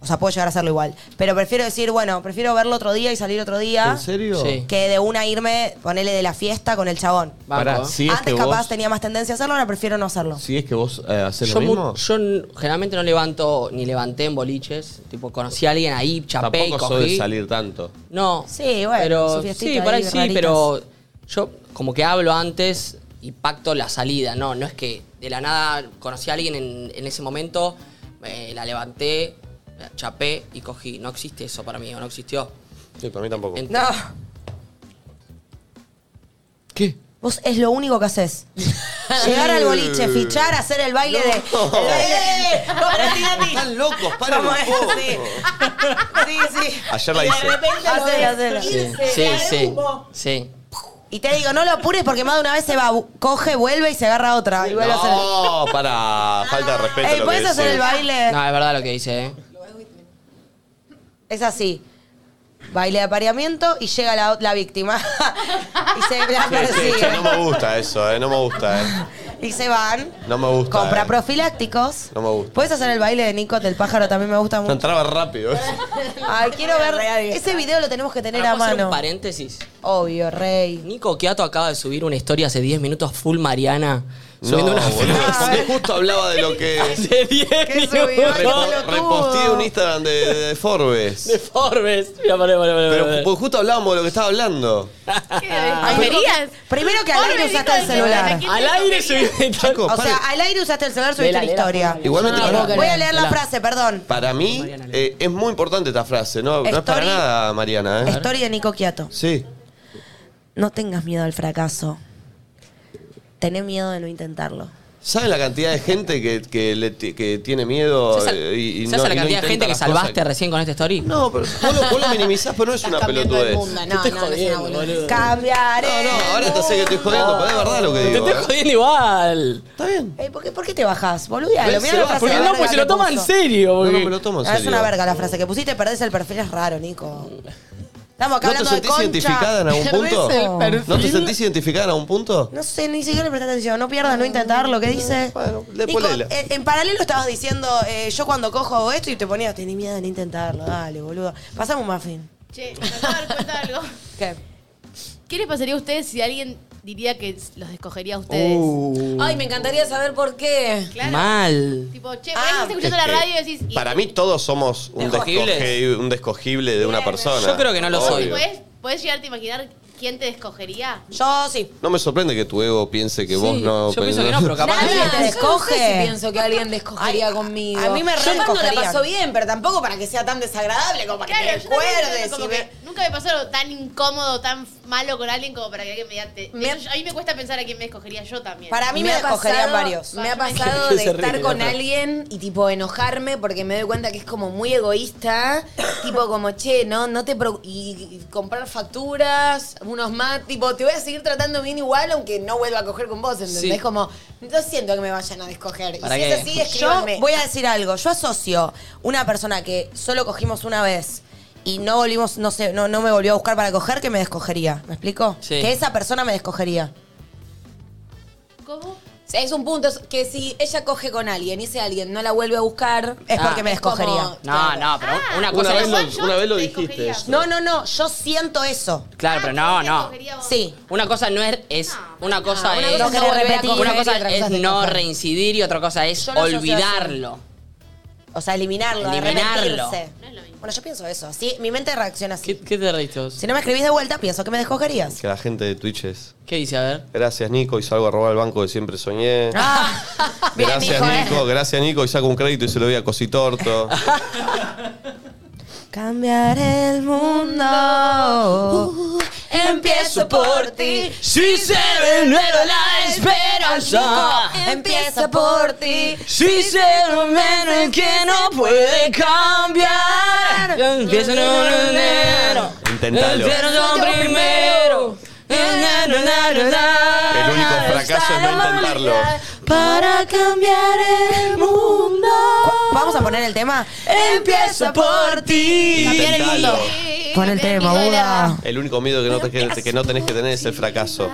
Speaker 5: O sea, puedo llegar a hacerlo igual. Pero prefiero decir, bueno, prefiero verlo otro día y salir otro día.
Speaker 2: ¿En serio? Sí.
Speaker 5: Que de una irme, ponele de la fiesta con el chabón.
Speaker 2: Pará, si es
Speaker 5: Antes
Speaker 2: que
Speaker 5: capaz
Speaker 2: vos-
Speaker 5: tenía más tendencia a hacerlo, ahora prefiero no hacerlo.
Speaker 2: Si es que vos eh, haces
Speaker 4: Yo,
Speaker 2: lo
Speaker 4: mu-
Speaker 2: mismo.
Speaker 4: yo n- generalmente no levanto ni levanté en boliches. Tipo, conocí a alguien ahí, chapé y
Speaker 2: Tampoco soy
Speaker 4: cogí.
Speaker 2: de salir tanto.
Speaker 4: No.
Speaker 5: Sí, bueno, su
Speaker 4: Pero,
Speaker 5: fiestita
Speaker 4: sí, por ahí
Speaker 5: ahí,
Speaker 4: sí,
Speaker 5: raritas.
Speaker 4: pero yo como que hablo antes y pacto la salida. No, no es que de la nada conocí a alguien en, en ese momento, eh, la levanté, la chapé y cogí. No existe eso para mí, o no existió.
Speaker 2: Sí, para mí tampoco.
Speaker 5: No.
Speaker 4: ¿Qué?
Speaker 5: Vos es lo único que haces. Llegar al boliche, fichar, hacer el baile de. el baile- Ahora sí, Nati.
Speaker 2: Están locos, paren
Speaker 5: ¿Cómo
Speaker 2: un
Speaker 5: es?
Speaker 2: poco.
Speaker 5: Sí. Sí, sí.
Speaker 2: Ayer la hice.
Speaker 12: Ah,
Speaker 5: Hacelo, hacelo.
Speaker 4: Sí, sí, sí. sí.
Speaker 5: Y te digo, no lo apures porque más de una vez se va, bu- coge, vuelve y se agarra otra. Y vuelve a hacer.
Speaker 2: No, para falta de respeto.
Speaker 5: Ey,
Speaker 2: lo
Speaker 5: ¿puedes
Speaker 2: que
Speaker 5: hacer
Speaker 2: decís.
Speaker 5: el baile?
Speaker 4: No, es verdad lo que dice, ¿eh?
Speaker 5: Es así. Baile de apareamiento y llega la, la víctima. y, se, la
Speaker 2: Sí, sí,
Speaker 5: persigue.
Speaker 2: che, no me gusta eso, eh, no me gusta, eh.
Speaker 5: y se van.
Speaker 2: No me gusta.
Speaker 5: Compra
Speaker 2: eh.
Speaker 5: profilácticos.
Speaker 2: No me gusta.
Speaker 5: ¿Puedes hacer el baile de Nico del pájaro? También me gusta mucho.
Speaker 2: Entraba rápido. eh.
Speaker 5: Ay, quiero ver. Ese video lo tenemos que tener
Speaker 4: Ahora,
Speaker 5: a
Speaker 4: ¿puedo hacer
Speaker 5: mano. Oh.
Speaker 4: un paréntesis?
Speaker 5: Obvio, rey.
Speaker 4: Nico Quiato acaba de subir una historia hace 10 minutos full Mariana. Subiendo
Speaker 2: No,
Speaker 4: una
Speaker 2: boludo, porque justo hablaba de lo que.
Speaker 4: hace 10
Speaker 5: subió?
Speaker 4: minutos.
Speaker 2: Repo- Reposteé un Instagram de, de Forbes.
Speaker 4: De Forbes. Mira, pará, pará, pará,
Speaker 2: Pero
Speaker 4: pará.
Speaker 2: ju- justo hablábamos de lo que estaba hablando.
Speaker 5: Ay,
Speaker 3: ¿Verías?
Speaker 5: Ah. Primero que al
Speaker 3: Pobre
Speaker 5: aire
Speaker 3: Nico,
Speaker 5: usaste el
Speaker 3: que-
Speaker 5: celular.
Speaker 3: que-
Speaker 4: Al aire subí una historia.
Speaker 5: O sea, al aire usaste el celular, subiste
Speaker 4: Lela,
Speaker 5: la
Speaker 4: lela,
Speaker 5: historia. Ah,
Speaker 4: lela.
Speaker 2: Igualmente,
Speaker 4: Yo no la
Speaker 2: pará.
Speaker 4: puedo
Speaker 5: Voy a leer la
Speaker 4: Lela.
Speaker 5: frase, perdón.
Speaker 2: Para mí eh, es muy importante esta frase, no, no es para
Speaker 5: Story-
Speaker 2: nada, Mariana. ¿eh?
Speaker 5: Historia de Nico Quiato.
Speaker 2: Sí.
Speaker 5: No tengas miedo al fracaso. Tené miedo de no intentarlo.
Speaker 2: ¿Saben la cantidad de gente que, que le ti- que tiene miedo?
Speaker 12: ¿Sabes
Speaker 2: eh, y, y
Speaker 12: ¿Sabes
Speaker 2: no-
Speaker 12: la
Speaker 2: y no
Speaker 12: cantidad de
Speaker 2: intenta
Speaker 12: gente que
Speaker 2: las cosas?
Speaker 12: salvaste recién con esta story?
Speaker 2: No, pero vos lo, vos lo minimizás, pero no es una pelotudez.
Speaker 6: no, no, no es una boludez.
Speaker 5: Cambiaré.
Speaker 2: No, no, ahora te sé que estoy jodiendo, pero es verdad lo que digo. ¿eh?
Speaker 12: Te estoy jodiendo igual.
Speaker 5: Ey, ¿por, qué, ¿Por qué te bajás, boludealo?
Speaker 12: Pero
Speaker 5: Mirá
Speaker 12: se
Speaker 5: la
Speaker 12: va,
Speaker 5: frase
Speaker 12: porque
Speaker 5: de
Speaker 12: no,
Speaker 5: verga
Speaker 12: pues se lo
Speaker 5: que
Speaker 12: toma en
Speaker 5: puso.
Speaker 12: serio, porque- No, no, me lo
Speaker 2: tomo en
Speaker 5: Ah, Es
Speaker 2: serio.
Speaker 5: una verga la frase que pusiste, perdés el perfil, es raro, Nico. Estamos acá
Speaker 2: ¿No te
Speaker 5: hablando de
Speaker 2: sentís
Speaker 5: concha.
Speaker 2: identificada en algún
Speaker 5: Perdés
Speaker 2: punto?
Speaker 5: el perfil.
Speaker 2: ¿No te sentís identificada en algún punto?
Speaker 5: No sé, ni siquiera le presté atención. No pierdas, no intentar lo que dice. Nico,
Speaker 2: léela.
Speaker 5: eh, en, paralelo estabas diciendo, eh, yo cuando cojo hago esto y te ponías, tenés miedo de no intentarlo, dale, boludo. Pasame un muffin.
Speaker 3: Che, me acabo de dar cuenta de algo.
Speaker 5: ¿Qué?
Speaker 3: ¿Qué les pasaría a ustedes si alguien diría que los escogería a
Speaker 12: Uh, Eh,
Speaker 3: ustedes?
Speaker 2: Uh.
Speaker 6: Ay, me encantaría saber por qué. Ah.
Speaker 3: Claro.
Speaker 12: Mal.
Speaker 3: Tipo, che, por ahí estás escuchando
Speaker 2: Es
Speaker 3: la
Speaker 2: que
Speaker 3: radio y decís. y-
Speaker 2: Para mí todos somos un
Speaker 12: ¿Escogibles?
Speaker 2: descogible, un descogible de una persona.
Speaker 12: Yo creo que no lo soy.
Speaker 2: Obvio.
Speaker 3: ¿Puedes, puedes llegarte a imaginar quién te escogería?
Speaker 5: Yo sí.
Speaker 2: No me sorprende que tu ego piense que vos no...
Speaker 12: yo pienso que no, pero capaz-
Speaker 6: Nadie
Speaker 5: Nadie te
Speaker 6: te
Speaker 5: escoge.
Speaker 6: Yo no sé si pienso que alguien descogería conmigo.
Speaker 5: Eh. a mí me
Speaker 6: Yo cuando la
Speaker 5: reescogerían.
Speaker 6: paso bien, pero tampoco para que sea tan desagradable como para
Speaker 3: Claro,
Speaker 6: que
Speaker 3: yo
Speaker 6: me
Speaker 3: también
Speaker 6: recuerdes.
Speaker 3: siento como
Speaker 6: y
Speaker 3: que
Speaker 6: me-
Speaker 3: nunca me pasó algo tan incómodo, tan malo con alguien como para que alguien me diga. te-
Speaker 6: Me-
Speaker 3: eso- a mí me cuesta pensar a quién me escogería yo también.
Speaker 5: Para mí me,
Speaker 6: ha
Speaker 5: escogerían
Speaker 6: pasado-
Speaker 5: varios.
Speaker 6: Me ha
Speaker 3: Varios.
Speaker 6: pasado de
Speaker 12: Se ríe,
Speaker 6: estar con
Speaker 12: ¿no?
Speaker 6: alguien y tipo enojarme porque me doy cuenta que es como muy egoísta, tipo como, che, no, no te preocu- y, y comprar facturas, unos más, tipo, te voy a seguir tratando bien igual aunque no vuelva a coger con vos, ¿entendés?
Speaker 12: Sí.
Speaker 6: Como, no siento que me vayan a descoger. Y si
Speaker 12: ¿Para qué?
Speaker 6: es así,
Speaker 5: Yo
Speaker 6: escríbanme.
Speaker 5: voy a decir algo. Yo asocio una persona que solo cogimos una vez y no volvimos, no sé, no, no me volvió a buscar para coger, que me descogería. ¿Me explico?
Speaker 12: Sí.
Speaker 5: Que esa persona me descogería.
Speaker 3: ¿Cómo?
Speaker 6: O sea, Es un punto es que si ella coge con alguien y ese alguien no la vuelve a buscar,
Speaker 5: Es
Speaker 12: Ah,
Speaker 5: porque me
Speaker 6: es como-
Speaker 5: descogería.
Speaker 12: No, no, pero una
Speaker 2: Una
Speaker 12: cosa
Speaker 5: Ah.
Speaker 2: vez
Speaker 12: es.
Speaker 2: lo,
Speaker 3: yo
Speaker 2: una vez lo
Speaker 3: te
Speaker 2: dijiste.
Speaker 3: escogería.
Speaker 2: eso.
Speaker 5: No, no, no. Yo siento eso.
Speaker 12: Claro, pero no, no.
Speaker 5: Sí.
Speaker 12: Una cosa no es. es- una cosa
Speaker 6: una
Speaker 12: es.
Speaker 6: cosa es no volver a
Speaker 12: una
Speaker 6: coger y
Speaker 12: cosa
Speaker 6: otra cosa
Speaker 12: es
Speaker 6: es
Speaker 12: no
Speaker 6: coger.
Speaker 12: reincidir y otra cosa es
Speaker 5: Yo no asocio
Speaker 12: olvidarlo.
Speaker 5: O sea, eliminarlo.
Speaker 12: Eliminarlo.
Speaker 5: arrepentirse.
Speaker 3: No es lo mismo.
Speaker 5: Bueno, yo pienso eso. Así, mi mente reacciona así.
Speaker 12: ¿Qué, qué te reíste vos?
Speaker 5: Si no me escribís de vuelta, pienso que me descogerías.
Speaker 2: Que la gente de Twitch es...
Speaker 12: ¿Qué dice? A ver.
Speaker 2: Gracias Nico y salgo a robar el banco que siempre soñé.
Speaker 5: Ah, bien,
Speaker 2: gracias
Speaker 5: Nico, eh.
Speaker 2: Nico, gracias Nico y saco un crédito y se lo doy a Cositorto.
Speaker 5: Cambiar el mundo. empiezo por ti.
Speaker 12: Si se renueva la
Speaker 5: esperanza. Empieza por ti.
Speaker 12: Si se renueva el que no puede cambiar. Empieza en un enero.
Speaker 2: Intentalo.
Speaker 12: Empiezo yo primero. El
Speaker 2: El único fracaso es no intentarlo.
Speaker 5: Para cambiar el mundo. Vamos a poner el tema. Empiezo por ti. Cambiar el mundo.
Speaker 2: Intentalo.
Speaker 5: Pon el tema,
Speaker 3: Buda.
Speaker 5: Buda.
Speaker 2: El único miedo que no, te- que, que no tenés que tener es el fracaso.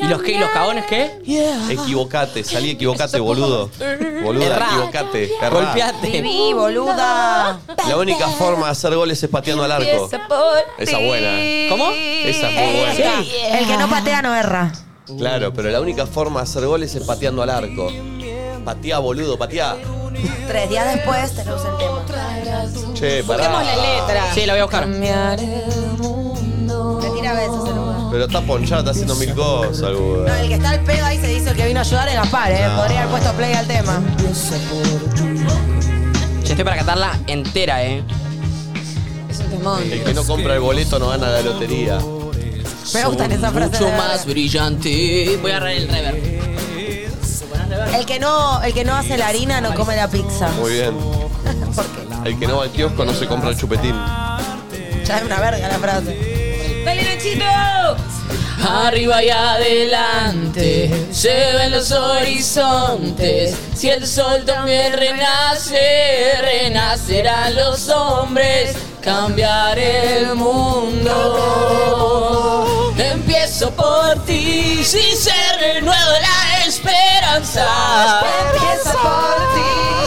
Speaker 12: ¿Y los qué? ¿Y los cagones qué?
Speaker 2: Equivocate, salí equivocate, boludo. Boluda,
Speaker 12: Errá.
Speaker 2: equivocate. errá.
Speaker 12: Golpeaste.
Speaker 5: Viví, boluda.
Speaker 2: La única forma de hacer goles es pateando al arco. Esa buena. ¿eh?
Speaker 12: ¿Cómo?
Speaker 2: Esa es muy buena.
Speaker 5: Sí, El que no patea no erra.
Speaker 2: Claro, pero la única forma de hacer goles es pateando al arco. Patea, boludo, patea.
Speaker 5: Tres días después tenemos el tema.
Speaker 2: Che, pará.
Speaker 12: Sí, la voy a buscar.
Speaker 5: Cambiar Te tira besos el Buda.
Speaker 2: Pero está ponchada, está haciendo mil cosas, boludo.
Speaker 5: No, el que está al pedo ahí se dice el que vino a ayudar en Gaspar, ¿eh?
Speaker 2: Ah.
Speaker 5: Podría haber puesto play al tema.
Speaker 12: Yo estoy para cantarla entera, eh.
Speaker 6: Es un temón.
Speaker 2: El que no compra el boleto no gana la lotería.
Speaker 5: Me gustan esas frases.
Speaker 12: Mucho
Speaker 5: de verdad.
Speaker 12: más brillante. Voy a agarrar el reverb.
Speaker 5: El que no, el que no hace la harina no come la pizza.
Speaker 2: Muy bien. El que no va al kiosco no se compra el chupetín.
Speaker 5: Ya es una verga la frase.
Speaker 6: ¡Dale, Nachito!
Speaker 12: Arriba y adelante se ven los horizontes. Si el sol también renace, renacerán los hombres. Cambiar el mundo. Empiezo por ti, si se renueva la esperanza.
Speaker 5: Empieza por ti.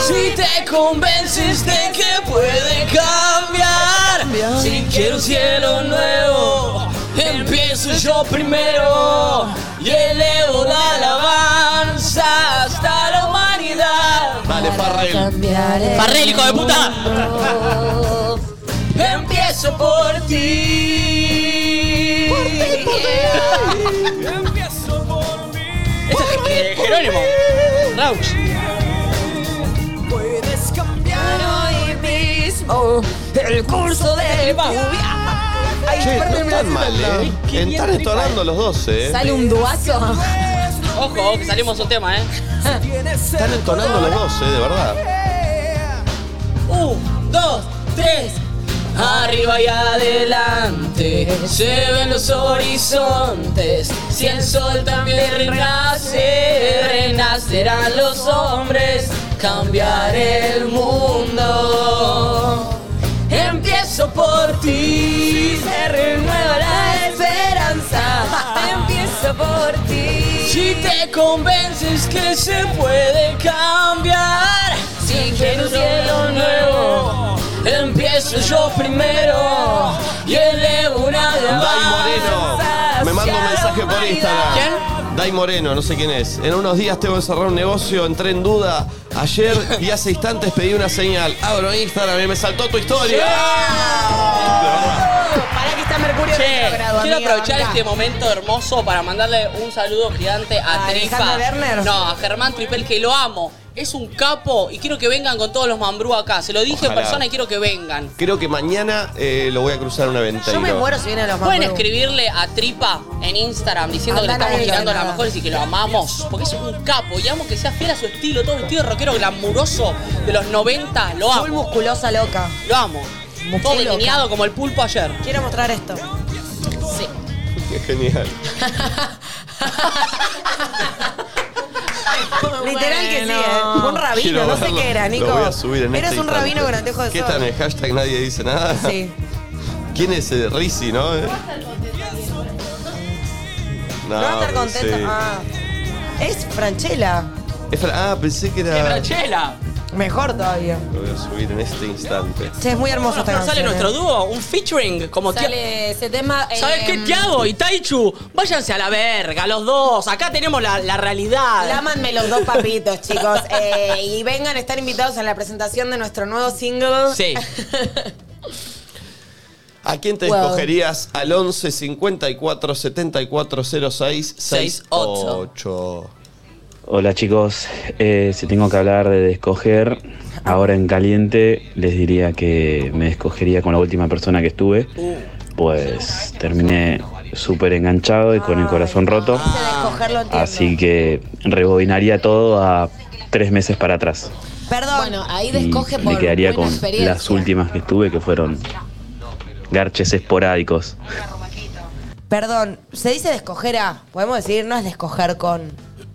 Speaker 12: Si te convences de que puede cambiar, si quiero un cielo nuevo, empiezo yo primero y elevo la alabanza hasta la humanidad.
Speaker 2: Dale, Farrell.
Speaker 12: Parrel, hijo de puta. Empiezo por ti. Por ti, por ti. Empiezo por mí. Este es Jerónimo. Rauch.
Speaker 6: Puedes cambiar hoy mismo el curso de
Speaker 2: Che, no están mal, ¿eh? Están estorando los 12, ¿eh?
Speaker 6: Sale un duazo.
Speaker 4: Ojo, ojo, que salimos un tema, ¿eh?
Speaker 2: Están entonando los dos, eh, de verdad.
Speaker 4: Un, dos, tres. Arriba y adelante, lleven los horizontes. Si el sol también renace, renacerán los hombres. Cambiar el mundo. Empiezo por ti, se renueva la esperanza. Empiezo por ti. Ah. Si te convences que se puede cambiar, si quiero un cielo nuevo, empiezo yo primero y elevo una alabanza
Speaker 2: Me mando un
Speaker 4: hacia
Speaker 2: mensaje
Speaker 4: la
Speaker 2: por Instagram.
Speaker 4: humanidad.
Speaker 2: Dai Moreno, no sé quién es. En unos días tengo que cerrar un negocio, entré en duda. Ayer y hace instantes pedí una señal. Abro Instagram y me saltó tu historia.
Speaker 5: Pará que está Mercurio
Speaker 4: Che,
Speaker 5: retrógrado,
Speaker 4: quiero
Speaker 5: amiga,
Speaker 4: aprovechar
Speaker 5: bancá.
Speaker 4: este momento hermoso para mandarle un saludo gigante a,
Speaker 5: ¿A
Speaker 4: Trifa.
Speaker 5: Alejandro Lerner?
Speaker 4: No, a Germán Tripel, que lo amo. Es un capo y quiero que vengan con todos los mambrú acá. Se lo dije
Speaker 2: Ojalá.
Speaker 4: en persona y quiero que vengan.
Speaker 2: Creo que mañana eh, lo voy a cruzar una ventana.
Speaker 5: vienen los
Speaker 4: Pueden
Speaker 5: Mambrú.
Speaker 4: escribirle a Tripa en Instagram diciendo
Speaker 5: Andá,
Speaker 4: que le
Speaker 5: nadie
Speaker 4: estamos
Speaker 5: dice
Speaker 4: tirando las
Speaker 5: nada.
Speaker 4: mejores y que lo amamos. Porque es un capo y amo que sea fiel a su estilo, todo vestido de rockero glamuroso de los 90. Lo
Speaker 5: Full
Speaker 4: amo.
Speaker 5: musculosa loca.
Speaker 4: Lo amo. Todo
Speaker 5: loca.
Speaker 4: delineado como el pulpo ayer.
Speaker 5: Quiero mostrar esto.
Speaker 4: Sí.
Speaker 2: Qué genial.
Speaker 5: Literal que sí, ¿eh? Un rabino,
Speaker 2: Quiero
Speaker 5: no sé
Speaker 2: verlo.
Speaker 5: qué era, Nico.
Speaker 2: Lo voy a subir en
Speaker 5: Eras
Speaker 2: este
Speaker 5: un
Speaker 2: instante.
Speaker 5: rabino con anteojos de
Speaker 2: ¿Qué
Speaker 5: sol.
Speaker 2: tal? En el hashtag nadie dice nada.
Speaker 5: Sí.
Speaker 2: ¿Quién es eh, Rizzi, no? Eh, No,
Speaker 5: No va a estar contento.
Speaker 2: sí.
Speaker 5: Ah. Es Franchella.
Speaker 2: Es Fra- Ah, pensé que era.
Speaker 5: Mejor todavía.
Speaker 2: Lo voy a subir en este instante.
Speaker 5: Che, es muy hermosa esta
Speaker 4: Bueno,
Speaker 5: canción.
Speaker 4: sale nuestro
Speaker 5: eh.
Speaker 4: dúo, un featuring como Tia-
Speaker 6: Sale ese tema.
Speaker 4: ¿Sabes
Speaker 6: eh,
Speaker 4: qué, Tiago y Taichu? Váyanse a la verga, los dos. Acá tenemos la, la realidad.
Speaker 5: Lámanme los dos papitos, chicos. Eh, y vengan a estar invitados a la presentación de nuestro nuevo single.
Speaker 4: Sí.
Speaker 2: ¿A quién te
Speaker 5: Wow.
Speaker 2: escogerías al 11 54 74 06 68?
Speaker 13: Hola chicos, Eh, si tengo que hablar de escoger, ahora en caliente les diría que me escogería con la última persona que estuve,
Speaker 5: Uh.
Speaker 13: pues terminé súper enganchado y con el corazón roto,
Speaker 5: Escogerlo en
Speaker 13: así que rebobinaría todo a tres meses para atrás.
Speaker 5: Perdón.
Speaker 14: Bueno, ahí
Speaker 13: Y
Speaker 14: descoge por
Speaker 13: Mm, me quedaría
Speaker 14: buena
Speaker 13: con
Speaker 14: experiencia.
Speaker 13: las últimas que estuve, que fueron garches esporádicos.
Speaker 5: Perdón, se dice descojera. Podemos decir, no es descoger con.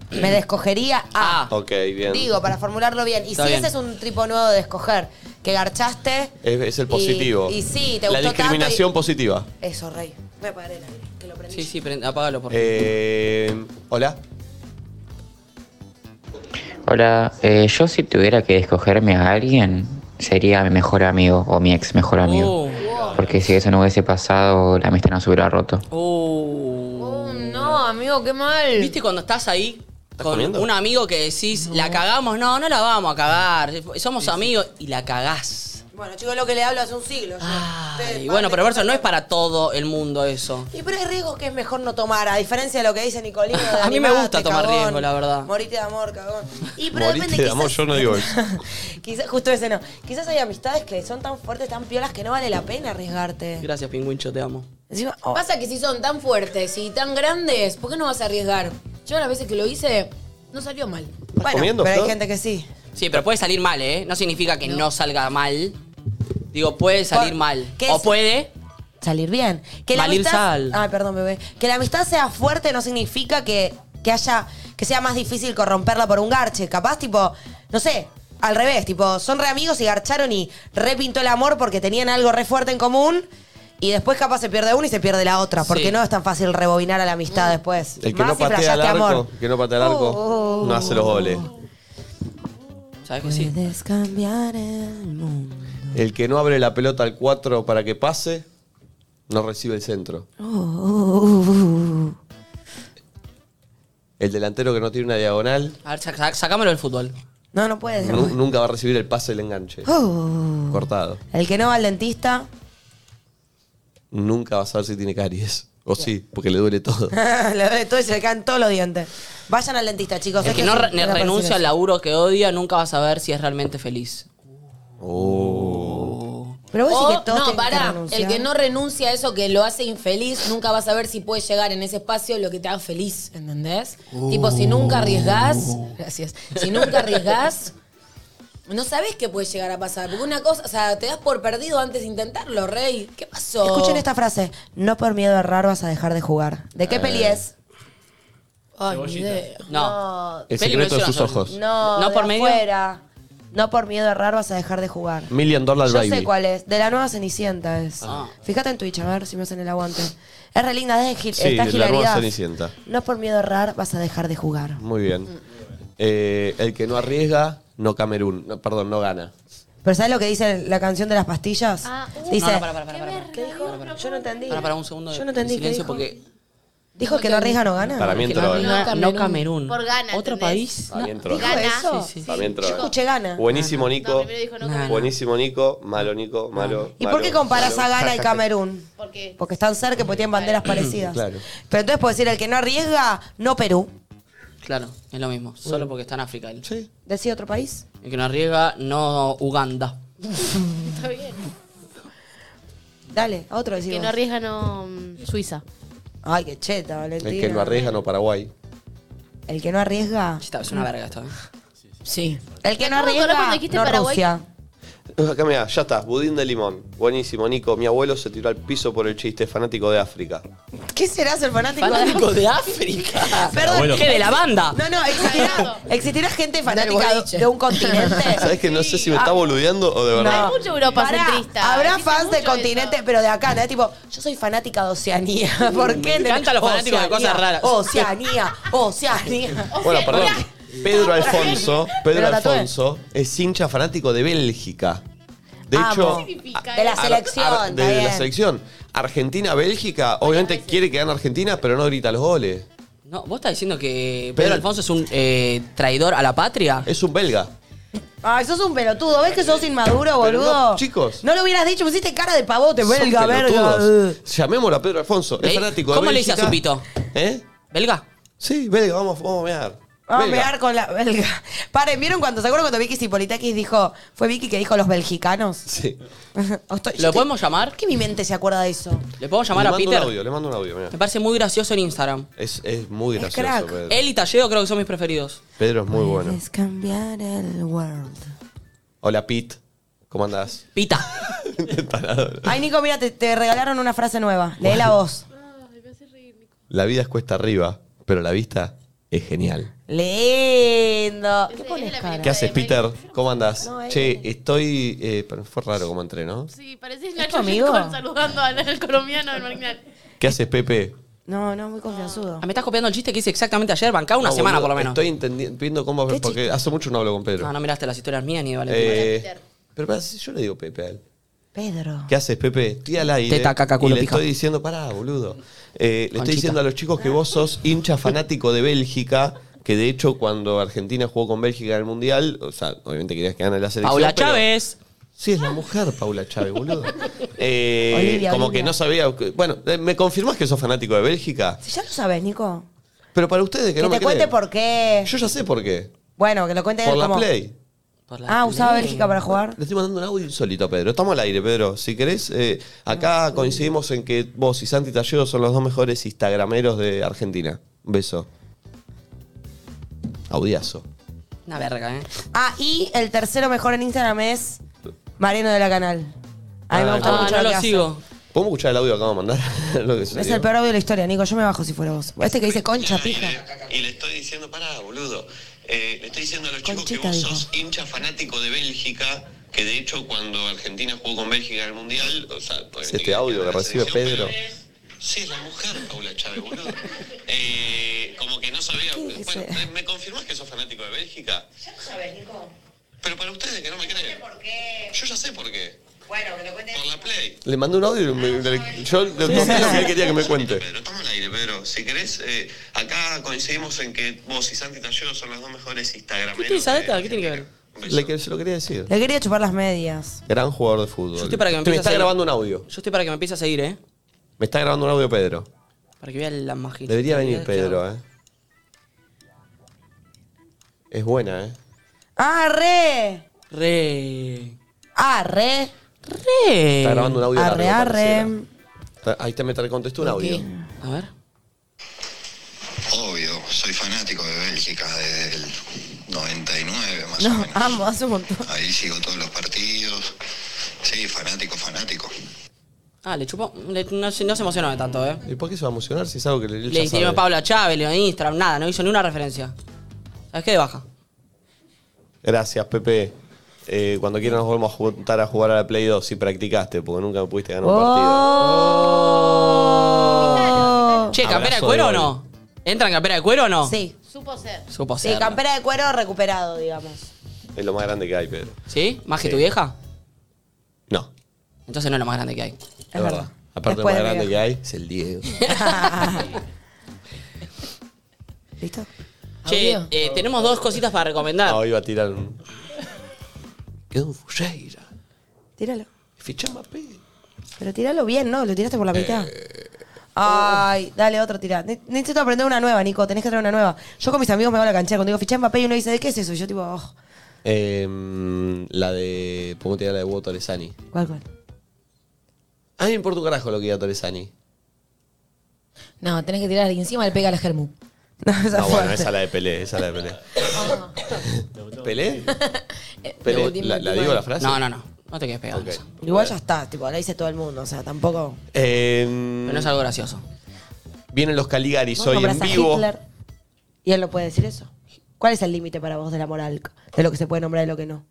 Speaker 5: Me descogería a.
Speaker 2: Ah. Ok, bien.
Speaker 5: Ah. Digo, para formularlo bien. Y
Speaker 2: Está
Speaker 5: si
Speaker 2: bien.
Speaker 5: ese es un tipo nuevo de descoger, que garchaste.
Speaker 2: Es, es el positivo.
Speaker 5: Y, y sí, te
Speaker 2: La
Speaker 5: gustó
Speaker 2: discriminación
Speaker 5: tanto
Speaker 2: positiva.
Speaker 5: y- Eso, rey. Voy a apagar el aire, que lo prendí.
Speaker 4: Sí, sí, prend- apágalo por
Speaker 2: Eh, Hola.
Speaker 15: Hola, eh, yo si tuviera que escogerme a alguien, sería mi mejor amigo o mi ex mejor amigo.
Speaker 2: Oh.
Speaker 15: Porque si eso no hubiese pasado, la amistad no se hubiera roto.
Speaker 4: No, amigo, qué mal. ¿Viste cuando estás ahí con
Speaker 15: comiendo?
Speaker 4: un amigo que decís, la cagamos? No, no la vamos a cagar. Somos amigos y la cagás.
Speaker 5: Bueno, chicos, lo que le hablo hace un siglo. yo. Ustedes-
Speaker 4: Y bueno, pero verso no es para todo el mundo eso.
Speaker 5: Y pero hay riesgos que es mejor no tomar, a diferencia de lo que dice Nicolino. de
Speaker 4: A mí me
Speaker 5: animate,
Speaker 4: gusta tomar
Speaker 5: cagón.
Speaker 4: riesgo, la verdad.
Speaker 5: Morite de amor, cagón. Y pero
Speaker 2: Moriste
Speaker 5: depende,
Speaker 2: de amor,
Speaker 5: quizás-
Speaker 2: yo no digo eso.
Speaker 5: Quizás, justo ese no. Quizás hay amistades que son tan fuertes, tan piolas, que no vale la pena arriesgarte.
Speaker 4: Gracias, pingüincho, te amo.
Speaker 5: Encima, oh,
Speaker 6: Pasa que si son tan fuertes y tan grandes, ¿por qué no vas a arriesgar? Yo las veces que lo hice, no salió mal.
Speaker 5: bueno,
Speaker 4: comiendo,
Speaker 5: pero hay
Speaker 4: Flor?
Speaker 5: gente que sí.
Speaker 4: Sí, pero puede salir mal, ¿eh? No significa que no, salga mal. Digo, puede salir mal.
Speaker 5: ¿qué
Speaker 4: O
Speaker 5: es?
Speaker 4: puede.
Speaker 5: Salir bien. Que la
Speaker 4: Malir
Speaker 5: amistad,
Speaker 4: Sal.
Speaker 5: Ah, perdón, bebé. Que la amistad sea fuerte no significa que, que haya, que sea más difícil corromperla por un garche. Capaz, tipo, no sé, al revés, tipo, son re amigos y garcharon y repintó el amor porque tenían algo re fuerte en común. Y después capaz se pierde uno y se pierde la otra, porque
Speaker 2: Sí.
Speaker 5: no es tan fácil rebobinar a la amistad después.
Speaker 2: El que
Speaker 5: Más
Speaker 2: no
Speaker 5: si
Speaker 2: patea al
Speaker 5: flasheaste
Speaker 2: arco,
Speaker 5: amor.
Speaker 2: que no patea al arco,
Speaker 5: Oh.
Speaker 2: no hace los goles.
Speaker 4: ¿Sabes que sí?
Speaker 5: Puedes cambiar el mundo.
Speaker 2: El que no abre la pelota al 4 para que pase, no recibe el centro.
Speaker 5: Oh.
Speaker 2: El delantero que no tiene una diagonal,
Speaker 4: A ver, sac- sac- sacámelo del fútbol.
Speaker 5: No, no puedes.
Speaker 2: nu- nunca va a recibir el pase del enganche.
Speaker 5: Oh.
Speaker 2: Cortado.
Speaker 5: El que no va al dentista.
Speaker 2: Nunca va a saber si tiene caries. O sí, porque le duele todo.
Speaker 5: Le duele todo y se le caen todos los dientes. Vayan al dentista, chicos.
Speaker 4: El
Speaker 5: Esto
Speaker 4: que no
Speaker 5: es un-
Speaker 4: re-
Speaker 5: una
Speaker 4: renuncia
Speaker 5: perseverancia.
Speaker 4: al laburo que odia nunca va a saber si es realmente feliz.
Speaker 2: Oh.
Speaker 5: Pero vos decís que todos
Speaker 6: no,
Speaker 5: tienen que
Speaker 6: pará.
Speaker 5: renunciar.
Speaker 6: El que no renuncia a eso que lo hace infeliz, nunca va a saber si puede llegar en ese espacio lo que te haga feliz, ¿entendés? Tipo, si nunca arriesgás,
Speaker 2: Uh.
Speaker 6: gracias, si nunca arriesgás, no sabés qué puede llegar a pasar. Porque una cosa, o sea, te das por perdido antes de intentarlo, Rey. ¿Qué pasó?
Speaker 5: Escuchen esta frase. No por miedo a errar vas a dejar de jugar. ¿De qué
Speaker 6: Eh.
Speaker 5: peli es?
Speaker 6: Ay, ni
Speaker 4: Cebollitas.
Speaker 6: idea.
Speaker 4: No.
Speaker 2: El secreto de sus ojos.
Speaker 5: No,
Speaker 4: No
Speaker 5: de
Speaker 4: por medio.
Speaker 5: afuera. No por miedo a errar vas a dejar de jugar.
Speaker 2: Million Dollar
Speaker 5: Yo
Speaker 2: Baby.
Speaker 5: sé cuál es. De la nueva Cenicienta es.
Speaker 4: Ah.
Speaker 5: Fíjate en Twitch, a ver si me hacen el aguante. Es re linda, es de Gil-
Speaker 2: Sí,
Speaker 5: está
Speaker 2: de la nueva
Speaker 5: Hilaridad.
Speaker 2: Cenicienta.
Speaker 5: No por miedo a errar vas a dejar de jugar.
Speaker 2: Muy bien. Eh, el que no arriesga, no Camerún. No, perdón, no gana.
Speaker 5: Pero ¿sabes lo que dice la canción de las pastillas?
Speaker 6: Ah, uh.
Speaker 5: Uh, dice,
Speaker 4: No, no, para, para, para, para.
Speaker 5: ¿Qué dijo? Yo no entendí.
Speaker 4: Para, para un segundo de,
Speaker 5: Yo no entendí
Speaker 4: de silencio
Speaker 5: qué dijo.
Speaker 4: porque.
Speaker 5: Dijo que no arriesga, no gana.
Speaker 2: Para mí
Speaker 4: que
Speaker 2: entró.
Speaker 4: no,
Speaker 2: eh.
Speaker 4: no, no Camerún.
Speaker 3: Por gana,
Speaker 4: ¿Otro país?
Speaker 2: Para mí entró.
Speaker 5: ¿Dijo eso?
Speaker 4: Sí, sí.
Speaker 2: Para mí entró. ¿eh?
Speaker 5: Yo escuché gana.
Speaker 2: Buenísimo, Nico.
Speaker 4: Gana.
Speaker 2: Buenísimo, Nico. Malo, Nico. Malo.
Speaker 5: ¿Y por qué comparas a Ghana y Camerún?
Speaker 3: ¿Por qué?
Speaker 5: Porque están cerca y porque tienen banderas parecidas.
Speaker 2: Claro.
Speaker 5: Pero entonces puedo decir, el que no arriesga, no Perú.
Speaker 4: Claro, es lo mismo. Solo porque está en África. él.
Speaker 5: Decía otro país.
Speaker 4: El que no arriesga, no Uganda.
Speaker 3: Está bien.
Speaker 5: Dale, a otro decimos.
Speaker 3: Que no arriesga, no. mm, Suiza.
Speaker 5: Ay, qué cheta, Valentina.
Speaker 2: El que no arriesga, no Paraguay.
Speaker 5: El que no arriesga.
Speaker 4: Es una verga esto, ¿eh? Sí.
Speaker 5: El que no
Speaker 3: Acabo de acordar cuando
Speaker 5: arriesga,
Speaker 3: dijiste
Speaker 5: no
Speaker 3: Paraguay.
Speaker 5: Rusia.
Speaker 2: Eh, Acá mira, ya está, budín de limón. Buenísimo, Nico. Mi abuelo se tiró al piso por el chiste, fanático de África.
Speaker 5: ¿Qué serás el fanático,
Speaker 4: Fanático
Speaker 5: de
Speaker 4: de África.
Speaker 5: Perdón.
Speaker 2: Abuelo.
Speaker 4: ¿Qué? ¿De la banda?
Speaker 5: No, no, existirá, existirá gente fanática
Speaker 4: boliche.
Speaker 5: de un continente.
Speaker 2: ¿Sabes que no sé si me está boludeando o de verdad?
Speaker 5: Ah. No. Pará, Habrá fans del continente, pero de acá, ¿no? Es tipo, yo soy fanática de Oceanía. ¿Por qué?
Speaker 4: Me encantan los fanáticos de cosas raras.
Speaker 5: Oceanía, Oceanía.
Speaker 2: Bueno, perdón. Pedro Alfonso, Pedro
Speaker 5: Me lo tatué.
Speaker 2: Alfonso es hincha fanático de Bélgica. De
Speaker 5: Amo.
Speaker 2: hecho,
Speaker 5: ¿Qué significa De la
Speaker 2: ar-
Speaker 5: selección,
Speaker 2: ar-
Speaker 5: está
Speaker 2: de, de la
Speaker 5: bien.
Speaker 2: selección. Argentina-Bélgica, obviamente quiere que gane Argentina, pero no grita los goles.
Speaker 4: No, ¿Vos estás diciendo que
Speaker 2: Pedro.
Speaker 4: Pedro Alfonso es un eh, traidor a la
Speaker 5: Ah.
Speaker 4: patria?
Speaker 2: Es un belga.
Speaker 5: Ay, sos un pelotudo. ¿Ves que sos inmaduro,
Speaker 2: Pero no,
Speaker 5: Ah, boludo?
Speaker 2: chicos.
Speaker 5: No lo hubieras dicho, pusiste cara de pavote,
Speaker 2: Son
Speaker 5: belga, verga.
Speaker 2: pelotudos. Llamémoslo a Pedro Alfonso, es
Speaker 4: ¿Eh?
Speaker 2: fanático de
Speaker 4: ¿Cómo le dice
Speaker 2: Bélgica.
Speaker 4: a Zupito?
Speaker 2: ¿Eh?
Speaker 4: ¿Belga?
Speaker 2: Sí, belga, vamos, vamos a mear.
Speaker 5: Vamos a
Speaker 2: Belga.
Speaker 5: pegar con la belga. Paren, ¿vieron cuando se acuerdan cuando Vicky Sipolitakis dijo, fue Vicky que dijo los belgicanos?
Speaker 2: Sí.
Speaker 4: ¿Lo podemos llamar?
Speaker 5: ¿Qué mi mente se acuerda de eso?
Speaker 4: ¿Le podemos llamar
Speaker 2: le
Speaker 4: a
Speaker 2: mando
Speaker 4: Peter?
Speaker 2: un audio, le mando un audio, mirá.
Speaker 4: Me parece muy gracioso en Instagram.
Speaker 2: Es, es muy gracioso,
Speaker 5: crack.
Speaker 2: Pedro.
Speaker 4: Él y Talledo creo que son mis preferidos.
Speaker 2: Pedro es muy bueno.
Speaker 5: Es cambiar el world.
Speaker 2: Hola, Pete. ¿Cómo andás?
Speaker 4: Pita.
Speaker 2: Tarado.
Speaker 5: Ay, Nico, mira, te, te regalaron una frase nueva. Lee la voz.
Speaker 2: la vida es cuesta arriba, pero la vista es genial.
Speaker 5: Lindo. ¿Qué pones cara?
Speaker 2: ¿Qué haces, Peter? ¿Cómo andás?
Speaker 5: No, eh.
Speaker 2: che, estoy... eh, pero fue raro como entré, ¿no?
Speaker 3: Sí, pareces
Speaker 5: tu
Speaker 3: Nacho
Speaker 5: amigo?
Speaker 3: Lincoln saludando al colombiano del marginal.
Speaker 2: ¿Qué haces, Pepe?
Speaker 5: No, no, muy confianzudo.
Speaker 4: Ah, Me estás copiando el chiste que hice exactamente ayer, bancá una
Speaker 2: No,
Speaker 4: semana
Speaker 2: Ah, boludo,
Speaker 4: por lo menos.
Speaker 2: Estoy entendi- viendo cómo...
Speaker 4: ¿Qué
Speaker 2: Porque hace mucho no hablo con Pedro.
Speaker 4: No, no miraste las historias mías ni de Valentín.
Speaker 2: Eh, pero pará, si yo le digo Pepe a él.
Speaker 5: Pedro.
Speaker 2: ¿Qué haces, Pepe? Estoy al aire.
Speaker 4: Teta, caca, culo,
Speaker 2: y le
Speaker 4: pija.
Speaker 2: estoy diciendo, pará, boludo. Eh, le estoy
Speaker 4: Conchita.
Speaker 2: diciendo a los chicos que vos sos hincha fanático de Bélgica. Que de hecho, cuando Argentina jugó con Bélgica en el mundial, o sea, obviamente querías que gane la selección.
Speaker 4: Paula
Speaker 2: pero-
Speaker 4: Chávez.
Speaker 2: Sí, es la mujer, Paula Chávez, boludo. Eh,
Speaker 5: Olivia,
Speaker 2: como
Speaker 5: Olivia.
Speaker 2: que no sabía. que- Bueno, eh, ¿me confirmás que sos fanático de Bélgica?
Speaker 5: Si ya lo sabes, Nico.
Speaker 2: Pero para ustedes que,
Speaker 5: Que,
Speaker 2: no me
Speaker 5: te cuente
Speaker 2: creen.
Speaker 5: por qué.
Speaker 2: Yo ya sé por qué.
Speaker 5: Bueno, que lo cuente
Speaker 2: Por
Speaker 5: él
Speaker 2: la
Speaker 5: como.
Speaker 2: Play.
Speaker 5: Ah, usaba Bélgica para jugar.
Speaker 2: Le estoy mandando un audio insólito a Pedro. Estamos al aire, Pedro. Si querés, eh, acá coincidimos en que vos y Santi Talledo son los dos mejores instagrameros de Argentina. Un beso. Audiazo.
Speaker 4: Una verga, ¿eh?
Speaker 5: Ah, y el tercero mejor en Instagram es Mariano de la Canal. A mí me
Speaker 2: Ah,
Speaker 5: gusta
Speaker 2: no.
Speaker 5: mucho
Speaker 2: Ah,
Speaker 5: lo
Speaker 2: no
Speaker 5: que
Speaker 2: lo
Speaker 5: hace.
Speaker 4: Sigo.
Speaker 2: ¿Podemos escuchar el audio que acabo de mandar? Lo que
Speaker 5: Es
Speaker 2: sucedió.
Speaker 5: el peor audio de la historia, Nico. Yo me bajo si fuera vos. Este que dice concha, pija.
Speaker 2: Y le estoy diciendo, pará, boludo. Eh, le estoy diciendo a los chicos
Speaker 5: Conchita
Speaker 2: que vos
Speaker 5: dijo.
Speaker 2: sos hincha fanático de Bélgica, que de hecho cuando Argentina jugó con Bélgica en el Mundial, o sea, obviamente
Speaker 1: este audio que
Speaker 2: la
Speaker 1: recibe
Speaker 2: selección,
Speaker 1: Pedro.
Speaker 2: pero- Sí, es la mujer, Paula Chávez, boludo. Eh, como que no sabía. Bueno,
Speaker 5: será?
Speaker 2: ¿me confirmás que sos fanático de Bélgica?
Speaker 5: Ya lo sabes, Nico.
Speaker 2: Pero para ustedes que no me creen. Yo ya sé por qué.
Speaker 5: Bueno, que lo cuente.
Speaker 2: Por la Play. Le mandé un audio y yo no quería que me cuente. Pero estamos al aire, Pedro. Si querés, eh, acá coincidimos en que vos y Santi Talledo son los dos mejores
Speaker 4: ¿Qué tiene
Speaker 2: instagrameros.
Speaker 4: esa data? ¿Qué tiene que ver?
Speaker 2: Le, que- se lo quería decir.
Speaker 5: Le quería chupar las medias.
Speaker 2: Gran jugador de fútbol.
Speaker 4: Yo estoy para que
Speaker 2: me
Speaker 4: me empieces
Speaker 2: está
Speaker 4: a hacer-
Speaker 2: grabando un audio.
Speaker 4: Yo estoy para que me empieces a seguir, ¿eh?
Speaker 2: Me está grabando un audio Pedro.
Speaker 4: Para que vea la magia.
Speaker 2: Debería venir Pedro, ¿eh? Es buena, ¿eh?
Speaker 5: ¡Arre!
Speaker 4: Re.
Speaker 5: ¡Arre!
Speaker 4: Re.
Speaker 16: Está grabando un audio
Speaker 5: Arre,
Speaker 16: largo,
Speaker 5: arre.
Speaker 16: Está- Ahí te me te contestó un audio.
Speaker 4: A ver.
Speaker 17: Obvio, soy fanático de Bélgica desde el 99 más o
Speaker 5: No,
Speaker 17: menos.
Speaker 5: amo, hace un montón.
Speaker 17: Ahí sigo todos los partidos. Sí, fanático, fanático.
Speaker 4: Ah, le chupó. le- no, se- no se emocionó de tanto, ¿eh?
Speaker 2: ¿Y por qué se va a emocionar si es algo que le, él
Speaker 4: Le
Speaker 2: ya
Speaker 4: escribió a
Speaker 2: sabe?
Speaker 4: Pablo Chávez, le dio en Instagram, nada, no hizo ni una referencia. ¿Sabes qué? De baja.
Speaker 2: Gracias, Pepe. Eh, cuando quieras nos volvemos a juntar a jugar a la Play 2 si practicaste, porque nunca pudiste ganar un
Speaker 4: Oh. Che, ¿campera de
Speaker 2: Abrazo
Speaker 4: cuero o
Speaker 2: de gol.
Speaker 4: no? ¿Entra en campera de cuero o no?
Speaker 5: Sí.
Speaker 18: Supo ser.
Speaker 4: Supo
Speaker 5: Sí,
Speaker 4: ser.
Speaker 5: campera de cuero recuperado, digamos.
Speaker 2: partido. Es lo más grande que hay, Pedro.
Speaker 4: ¿Sí? ¿Más que
Speaker 2: Sí.
Speaker 4: tu vieja?
Speaker 2: No.
Speaker 4: Entonces no es lo más grande que hay.
Speaker 2: Es verdad. Aparte,
Speaker 4: Después
Speaker 2: lo más
Speaker 4: de
Speaker 2: grande
Speaker 4: mi
Speaker 2: que hay es el Diego.
Speaker 5: ¿Listo?
Speaker 4: Che, eh, tenemos dos cositas para recomendar.
Speaker 2: No, iba a tirar un. Quedó un Fulleira.
Speaker 5: Tíralo.
Speaker 2: Fichame a Pedro.
Speaker 5: Pero tíralo bien, ¿no? Lo tiraste por la mitad.
Speaker 2: Eh, oh.
Speaker 5: Ay, dale otro tirá. Ne- Necesito aprender una nueva, Nico. Tenés que traer una nueva. Yo con mis amigos me voy a la canchera. Cuando digo fiché Mbappé y uno dice, ¿de qué es eso? Y yo tipo, oh,
Speaker 2: Eh, la de. ¿Cómo te llama la de Hugo Torresani?
Speaker 5: ¿cuál, cuál?
Speaker 2: A mí me importa un carajo lo que diga Torresani.
Speaker 6: No, tenés que tirar y encima le pega a la germu.
Speaker 5: Ah,
Speaker 2: No, Ah, bueno, esa es la de Pelé, esa es la de Pelé.
Speaker 5: Ah.
Speaker 2: ¿Pelé? Pelé. ¿La, la digo la frase?
Speaker 4: No, no, no. No te quedes pegado. en eso.
Speaker 5: Igual ya está, tipo, la dice todo el mundo. O sea, tampoco.
Speaker 2: Pero
Speaker 4: no es algo gracioso.
Speaker 2: Em, Vienen los Caligaris
Speaker 5: Vos
Speaker 2: hoy en
Speaker 5: nombrás a
Speaker 2: vivo.
Speaker 5: Hitler y él no puede decir eso. ¿Cuál es el límite para vos de la moral? De lo que se puede nombrar y lo que no.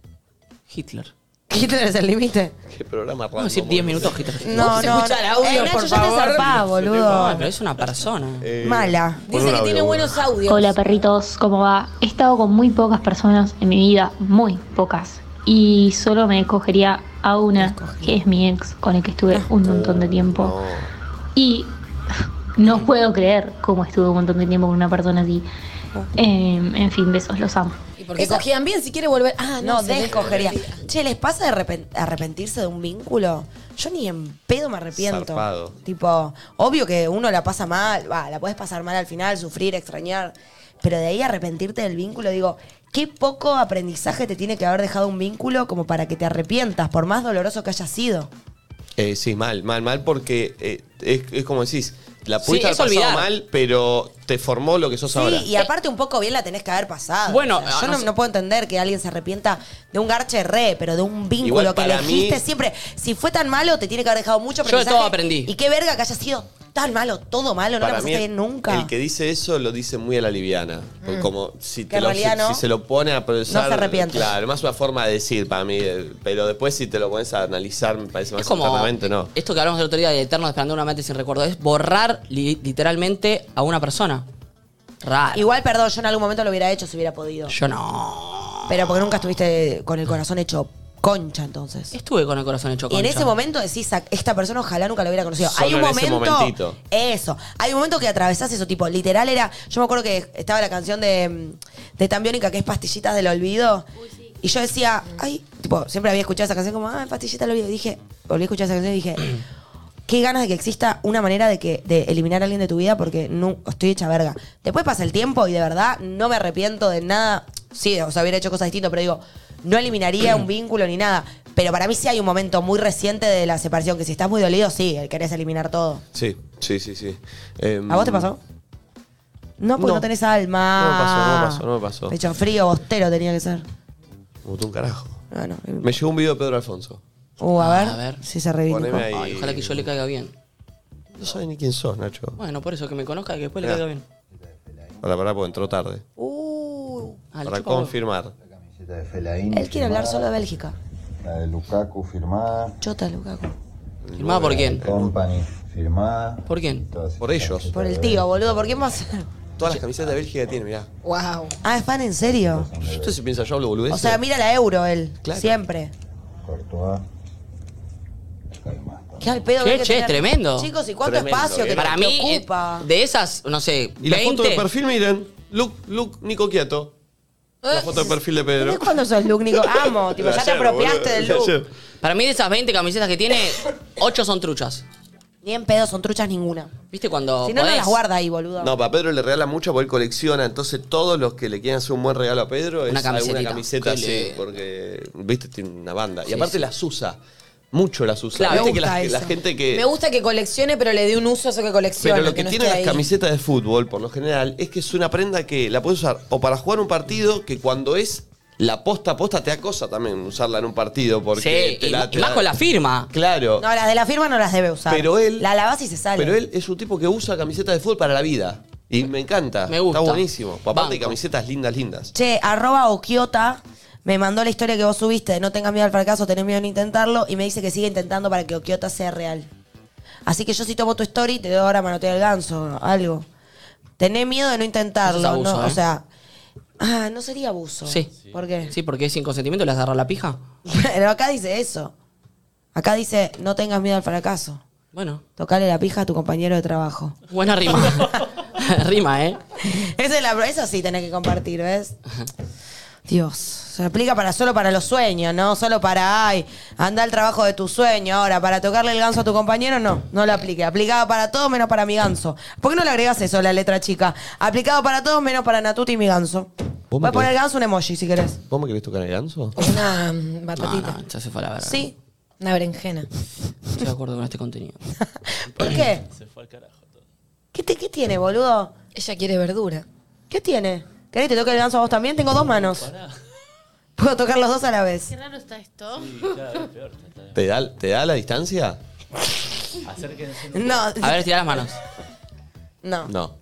Speaker 4: Hitler.
Speaker 5: Hitler es el límite.
Speaker 2: Qué programa raro.
Speaker 4: Vamos a decir 10 minutos, Hitler.
Speaker 5: No, no. no. Eh, Nacho, ya te zarpás, boludo.
Speaker 4: Ay, pero es una persona.
Speaker 5: Mala.
Speaker 6: Dice que tiene buenos audios.
Speaker 19: Hola perritos, ¿cómo va? He estado con muy pocas personas en mi vida, muy pocas. Y solo me cogería a una, que es mi ex, con el que estuve
Speaker 6: Ah.
Speaker 19: un montón de tiempo. Y no puedo creer cómo estuve un montón de tiempo con una persona así. Eh, en fin, besos, los amo.
Speaker 6: Ah. ¿Y porque cogían bien si quiere volver? Ah, no,
Speaker 5: No,
Speaker 6: se
Speaker 5: descogería. Che, ¿les pasa de arrepen- arrepentirse de un vínculo? Yo ni en pedo me arrepiento.
Speaker 2: Zarpado.
Speaker 5: Tipo, obvio que uno la pasa mal, va, la puedes pasar mal al final, sufrir, extrañar. Pero de ahí arrepentirte del vínculo, digo, qué poco aprendizaje te tiene que haber dejado un vínculo como para que te arrepientas, por más doloroso que haya sido.
Speaker 2: Eh, sí, mal, mal, mal, porque eh, es, es como decís, la
Speaker 5: Sí,
Speaker 2: pudiste
Speaker 5: es
Speaker 2: haber pasado
Speaker 5: olvidar.
Speaker 2: mal, pero te formó lo que sos
Speaker 5: Sí,
Speaker 2: ahora.
Speaker 5: y aparte un poco bien la tenés que haber pasado.
Speaker 4: Bueno, ah,
Speaker 5: O sea, yo
Speaker 4: no
Speaker 5: no,
Speaker 4: sé.
Speaker 5: no puedo entender que alguien se arrepienta de un garche re, pero de un vínculo
Speaker 4: Igual
Speaker 5: que
Speaker 4: para
Speaker 5: elegiste
Speaker 4: mí-
Speaker 5: siempre. Si fue tan malo, te tiene que haber dejado mucho
Speaker 4: Yo de
Speaker 5: aprendizaje.
Speaker 4: todo aprendí.
Speaker 5: Y qué verga que haya sido tan malo, todo malo, no la
Speaker 2: Para mí,
Speaker 5: pasaste bien
Speaker 2: El
Speaker 5: nunca.
Speaker 2: que dice eso lo dice muy a la liviana. Porque
Speaker 5: Mm.
Speaker 2: Como si,
Speaker 5: Que
Speaker 2: te
Speaker 5: en
Speaker 2: lo,
Speaker 5: realidad
Speaker 2: si-
Speaker 5: no.
Speaker 2: si se lo pone a procesar.
Speaker 5: No se arrepiente.
Speaker 2: Claro, más una forma de decir para mí. eh, Pero después si te lo pones a analizar, me parece más
Speaker 4: como-
Speaker 2: internamente, ¿no?
Speaker 4: Esto que hablamos el otro día de Eterno esperando una mente sin recuerdo es borrar li- literalmente a una persona. Raro.
Speaker 5: Igual, perdón, yo en algún momento lo hubiera hecho si hubiera podido.
Speaker 4: Yo no.
Speaker 5: Pero porque nunca estuviste con el corazón hecho concha, entonces.
Speaker 4: Estuve con el corazón hecho
Speaker 5: Y en
Speaker 4: concha.
Speaker 5: ese momento decís, "A esta persona ojalá nunca lo hubiera conocido.
Speaker 4: Solo
Speaker 5: hay un
Speaker 4: en ese
Speaker 5: momento.
Speaker 4: momentito.
Speaker 5: Eso. Hay un momento que atravesás eso, tipo, literal era. Yo me acuerdo que estaba la canción de, mm, de Tan Biónica, que es Pastillitas del Olvido. Y yo decía, ay, tipo, siempre había escuchado esa canción como, ah, Pastillitas del Olvido. Y dije, volví a escuchar esa canción y dije, qué ganas de que exista una manera de que de eliminar a alguien de tu vida porque no estoy hecha verga. Después pasa el tiempo y de verdad no me arrepiento de nada. Sí, o sea, hubiera hecho cosas distintas, pero digo, no eliminaría un vínculo ni nada. Pero para mí sí hay un momento muy reciente de la separación, que si estás muy dolido, sí, querés eliminar todo.
Speaker 2: Sí, sí, sí, sí.
Speaker 5: ¿A vos te pasó? No, porque no,
Speaker 2: Mm. No.
Speaker 5: tenés alma.
Speaker 2: No me pasó, no me pasó, no me pasó.
Speaker 5: Pecho frío, bostero tenía que ser.
Speaker 2: Me gustó un carajo.
Speaker 5: Bueno,
Speaker 2: me llegó un video de Pedro Alfonso.
Speaker 5: Uh, a
Speaker 4: Ah,
Speaker 5: ver,
Speaker 4: a ver.
Speaker 5: si se reivindicó.
Speaker 2: Poneme ahí.
Speaker 4: Ay, ojalá que yo le caiga bien.
Speaker 2: No sabes ni quién sos, Nacho.
Speaker 4: Bueno, por eso que me conozca y que después le
Speaker 2: Ya.
Speaker 4: caiga bien.
Speaker 2: Para, para, porque entró tarde.
Speaker 5: Uh.
Speaker 4: Ah, le
Speaker 2: para
Speaker 4: chupa huevo.
Speaker 2: confirmar.
Speaker 20: de Fellaini
Speaker 5: Él quiere hablar solo
Speaker 20: firmada,
Speaker 5: de Bélgica.
Speaker 20: La de Lukaku firmada.
Speaker 5: Chota, Lukaku.
Speaker 4: ¿Firmada por quién?
Speaker 20: Company firmada.
Speaker 4: ¿Por quién?
Speaker 2: Por ellos.
Speaker 5: Por el tío, boludo, ¿por qué más?
Speaker 2: Todas las camisetas de Bélgica que tiene, mirá.
Speaker 5: Wow. Ah, es fan en serio.
Speaker 2: Usted se piensa, yo hablo boludez.
Speaker 5: O sea, mira la euro él.
Speaker 2: Claro.
Speaker 5: Siempre.
Speaker 20: Courtois.
Speaker 5: Qué al pedo.
Speaker 4: Che,
Speaker 5: que
Speaker 4: che,
Speaker 5: tener-
Speaker 4: es tremendo.
Speaker 5: Chicos, ¿y cuánto espacio que
Speaker 4: Para
Speaker 5: te
Speaker 4: mí, eh,
Speaker 5: ocupa?
Speaker 4: de esas, no sé,
Speaker 2: Y la
Speaker 4: 20.
Speaker 2: foto de perfil, miren. Luke, Luke, Nico Quieto.
Speaker 5: Eh.
Speaker 2: La foto de perfil de Pedro.
Speaker 5: ¿Entendés cuándo sos Luke, Nico? Amo, tipo, ya te
Speaker 2: Ayer,
Speaker 5: apropiaste
Speaker 2: boludo,
Speaker 5: del look.
Speaker 2: ayer.
Speaker 4: Para mí, de esas 20 camisetas que tiene, 8 son truchas.
Speaker 5: Ni en pedo, son truchas ninguna.
Speaker 4: ¿Viste cuando
Speaker 5: Si no, no
Speaker 4: podés?
Speaker 5: las guarda ahí, boludo.
Speaker 2: No, para Pedro le regala mucho porque él colecciona. Entonces, todos los que le quieran hacer un buen regalo a Pedro es
Speaker 4: Una
Speaker 2: alguna
Speaker 4: camisetita.
Speaker 2: camiseta,
Speaker 4: Qué
Speaker 2: sí,
Speaker 4: lindo.
Speaker 2: porque, viste, tiene una banda. Y
Speaker 4: Sí,
Speaker 2: aparte
Speaker 4: sí.
Speaker 2: las usa. Mucho las usa.
Speaker 5: Claro, me
Speaker 2: viste que
Speaker 5: gusta
Speaker 2: la, la
Speaker 5: eso.
Speaker 2: gente que.
Speaker 5: Me gusta que coleccione, pero le dé un uso a eso que colecciona.
Speaker 2: Pero lo que,
Speaker 5: no
Speaker 2: tienen
Speaker 5: esté
Speaker 2: las
Speaker 5: ahí.
Speaker 2: camisetas de fútbol, por lo general, es que es una prenda que la puedes usar o para jugar un partido, que cuando es la posta a posta te acosa también usarla en un partido. Porque
Speaker 4: Sí,
Speaker 2: te
Speaker 4: y-
Speaker 2: la,
Speaker 4: y
Speaker 2: te
Speaker 4: más con la firma.
Speaker 2: Claro.
Speaker 5: No, las de la firma no las debe usar.
Speaker 2: Pero él-
Speaker 5: La lavas y se sale.
Speaker 2: Pero él es un tipo que usa camisetas de fútbol para la vida. Y me encanta.
Speaker 5: Me gusta.
Speaker 2: Está buenísimo. Aparte de
Speaker 5: Banco.
Speaker 2: camisetas lindas, lindas.
Speaker 5: Che, arroba Okiota me mandó la historia que vos subiste de no tengas miedo al fracaso, tenés miedo a no intentarlo, y me dice que sigue intentando para que Okiota sea real. Así que yo si tomo tu story, te doy ahora manotear el ganso, algo. Tenés miedo de no intentarlo,
Speaker 4: Eso es abuso,
Speaker 5: ¿no?
Speaker 4: ¿eh?
Speaker 5: O sea, ah, no sería abuso.
Speaker 4: Sí.
Speaker 5: ¿Por qué?
Speaker 4: Sí, porque es sin consentimiento, le has agarrado la pija.
Speaker 5: Pero acá dice eso. Acá dice, no tengas miedo al fracaso.
Speaker 4: Bueno.
Speaker 5: Tocale la pija a tu compañero de trabajo.
Speaker 4: Buena rima. rima, ¿eh?
Speaker 5: Esa es la, eso sí tenés que compartir, ¿ves? Dios. Se aplica para solo para los sueños, ¿no? Solo para, ay, anda al trabajo de tu sueño. Ahora, para tocarle el ganso a tu compañero, no, no lo aplique. Aplicado para todos menos para mi ganso. ¿Por qué no le agregas eso a la letra chica? Aplicado para todos menos para Natuti y mi ganso.
Speaker 2: ¿Vos
Speaker 5: Voy
Speaker 2: me
Speaker 5: a poner
Speaker 2: querés-
Speaker 5: ganso un emoji si querés.
Speaker 2: ¿Vos me querés tocar el ganso?
Speaker 6: Una mm,
Speaker 4: No,
Speaker 6: batatita.
Speaker 4: no, Ah, ya se fue a la verga.
Speaker 5: Sí.
Speaker 6: Una berenjena.
Speaker 4: No estoy de acuerdo con este contenido.
Speaker 5: ¿Por qué?
Speaker 9: Se fue al carajo.
Speaker 5: ¿Qué, te- qué tiene, boludo?
Speaker 6: Ella quiere verdura.
Speaker 5: ¿Qué tiene? ¿Querés que te toque el ganso a vos también? Tengo dos manos. Puedo tocar los dos a la vez.
Speaker 3: Qué raro está esto.
Speaker 2: ¿Te da, ¿Te da la distancia?
Speaker 9: Acérquense.
Speaker 5: No.
Speaker 4: A ver, tirá las manos.
Speaker 5: No.
Speaker 2: No.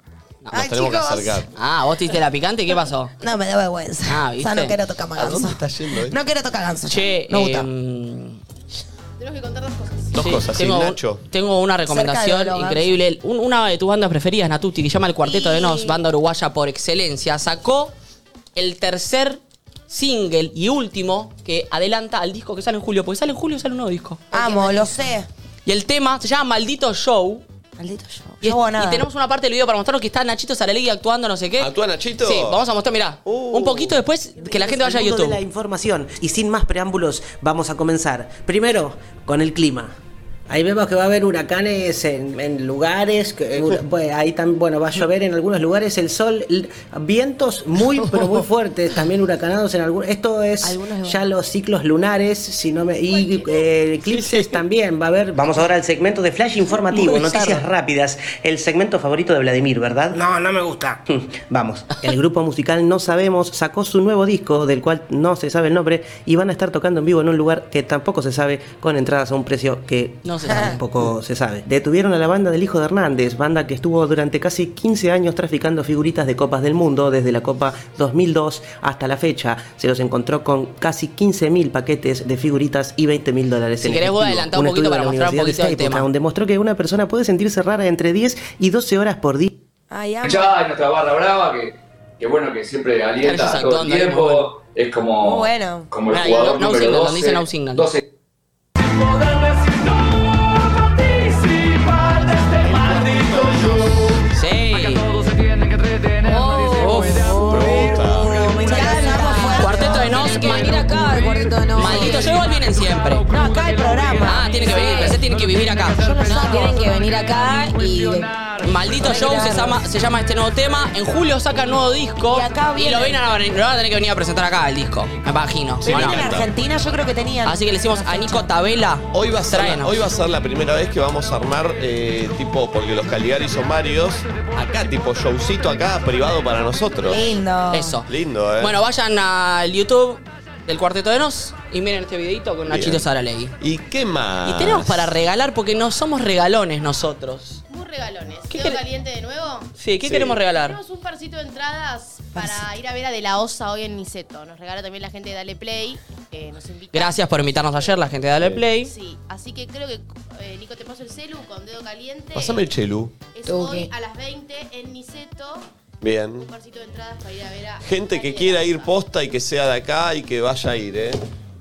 Speaker 2: Nos
Speaker 5: Ay,
Speaker 2: tenemos
Speaker 5: chicos.
Speaker 2: que acercar.
Speaker 4: Ah, vos te diste la picante y qué pasó.
Speaker 5: No, me da vergüenza.
Speaker 4: Ah,
Speaker 5: o
Speaker 4: ¿viste?
Speaker 5: sea, no quiero tocar más
Speaker 2: ¿A dónde
Speaker 5: ganso.
Speaker 2: está yendo eh?
Speaker 5: No quiero tocar ganso.
Speaker 4: Che,
Speaker 5: no gusta.
Speaker 4: em,
Speaker 3: Tenemos que contar dos cosas.
Speaker 2: Dos
Speaker 4: sí,
Speaker 2: cosas, sí,
Speaker 4: tengo,
Speaker 2: Nacho.
Speaker 4: Tengo una
Speaker 5: Cerca de
Speaker 4: recomendación
Speaker 5: los
Speaker 4: increíble. Un- una de tus bandas preferidas, Natuti, que se llama El Cuarteto de Nos, banda uruguaya por excelencia, sacó el tercer single y último que adelanta al disco que sale en julio. Porque sale en julio, sale un nuevo disco.
Speaker 5: Amo, lo sé.
Speaker 4: Y el tema se llama Maldito Show.
Speaker 5: Maldito yo.
Speaker 4: Y,
Speaker 5: Yo
Speaker 4: es-
Speaker 5: hago nada.
Speaker 4: y tenemos una parte del video para mostrarnos que está Nachito Saralegui actuando, no sé qué.
Speaker 2: ¿Actúa Nachito? Uh.
Speaker 4: Sí, vamos a mostrar, mirá. Un poquito después que la gente vaya a
Speaker 21: Al mundo
Speaker 4: YouTube.
Speaker 21: de la información y sin más preámbulos vamos a comenzar. Primero con el clima. Ahí vemos que va a haber huracanes en, en lugares, que, eh, hura- bueno, ahí también bueno va a llover en algunos lugares, el sol, l- vientos muy pero muy fuertes, también huracanados en algunos. Esto es ya los ciclos lunares, si no me y eh, eclipses también va a haber. Vamos ahora al segmento de flash informativo,
Speaker 22: Muy bizarro.
Speaker 21: noticias rápidas, el segmento favorito de Vladimir, ¿verdad? No, no me gusta. Vamos, el grupo musical No Sabemos sacó su nuevo disco, del cual no se sabe el nombre, y van a estar tocando en vivo en un lugar que tampoco se sabe, con entradas a un precio que
Speaker 4: No se sabe.
Speaker 21: tampoco se sabe. Detuvieron a la banda del hijo de Hernández, banda que estuvo durante casi 15 años traficando figuritas de Copas del Mundo, desde la Copa 2002 hasta la fecha. Se los encontró con casi 15.000 paquetes de figuritas y 20.000 dólares
Speaker 4: Si
Speaker 21: en
Speaker 4: querés,
Speaker 21: efectivo.
Speaker 4: voy a adelantar un poquito
Speaker 21: estudio de
Speaker 4: para
Speaker 21: la
Speaker 4: mostrar un
Speaker 21: Universidad de
Speaker 4: poquito el
Speaker 21: Stapleton,
Speaker 4: tema.
Speaker 21: demostró que una persona puede sentirse rara entre 10 y 12 horas por día.
Speaker 5: Ay, amo.
Speaker 12: Ya en nuestra barra brava, que, que bueno, que siempre alienta
Speaker 4: Ellos
Speaker 12: todo el
Speaker 4: actuando ahí,
Speaker 12: tiempo. Es como,
Speaker 5: Muy bueno.
Speaker 12: como el
Speaker 4: Ahí,
Speaker 12: jugador
Speaker 4: no- no
Speaker 12: número
Speaker 4: signal, donde
Speaker 12: 12,
Speaker 4: dice no signal.
Speaker 12: 12.
Speaker 4: Cuarteto de Nos, que
Speaker 6: Venir acá, el cuarteto de no.
Speaker 4: Maldito yo igual vienen siempre.
Speaker 6: No, acá el programa.
Speaker 4: Ah, tienen que venir, pensé tienen que vivir acá.
Speaker 6: No, tienen que venir acá y.
Speaker 4: Maldito Show se llama, se llama este nuevo tema. En julio sacan nuevo disco. Y, lo, vienen a, lo van a tener que venir a presentar acá el disco. Me imagino.
Speaker 5: Sí,
Speaker 4: ¿o no?
Speaker 5: en Argentina yo creo que tenían.
Speaker 4: Así que le decimos a Nico Tabela.
Speaker 2: Hoy va, a ser la,
Speaker 4: Tráenos.
Speaker 2: hoy va a ser la primera vez que vamos a armar, eh, tipo, porque los Caligari son varios, acá, tipo, showcito acá, privado para nosotros.
Speaker 5: Lindo.
Speaker 4: Eso.
Speaker 2: Lindo, ¿eh?
Speaker 4: Bueno, vayan al YouTube del Cuarteto de Nos y miren este videito con
Speaker 2: Bien. Ah,
Speaker 4: Nachito Saralegui.
Speaker 2: ¿Y qué más?
Speaker 4: Y tenemos para regalar porque no somos regalones nosotros.
Speaker 3: Muy regalones. ¿Quedo caliente de nuevo?
Speaker 4: Sí, ¿qué queremos regalar?
Speaker 3: Tenemos un parcito de entradas para ir a ver a De La Osa hoy en Niceto. Nos regala también la gente de Dale Play. eh, nos invita.
Speaker 4: Gracias por invitarnos ayer, la gente de Dale Play.
Speaker 3: Sí, así que creo que, eh, Nico, te paso el celu con dedo caliente.
Speaker 2: Este, Pásame el chelu.
Speaker 3: Es
Speaker 2: Ok.
Speaker 3: hoy a las 20 en Niceto.
Speaker 2: Bien.
Speaker 3: Un parcito de entradas para ir a ver a...
Speaker 2: Gente que quiera ir posta y que sea de acá y que vaya a ir, ¿eh?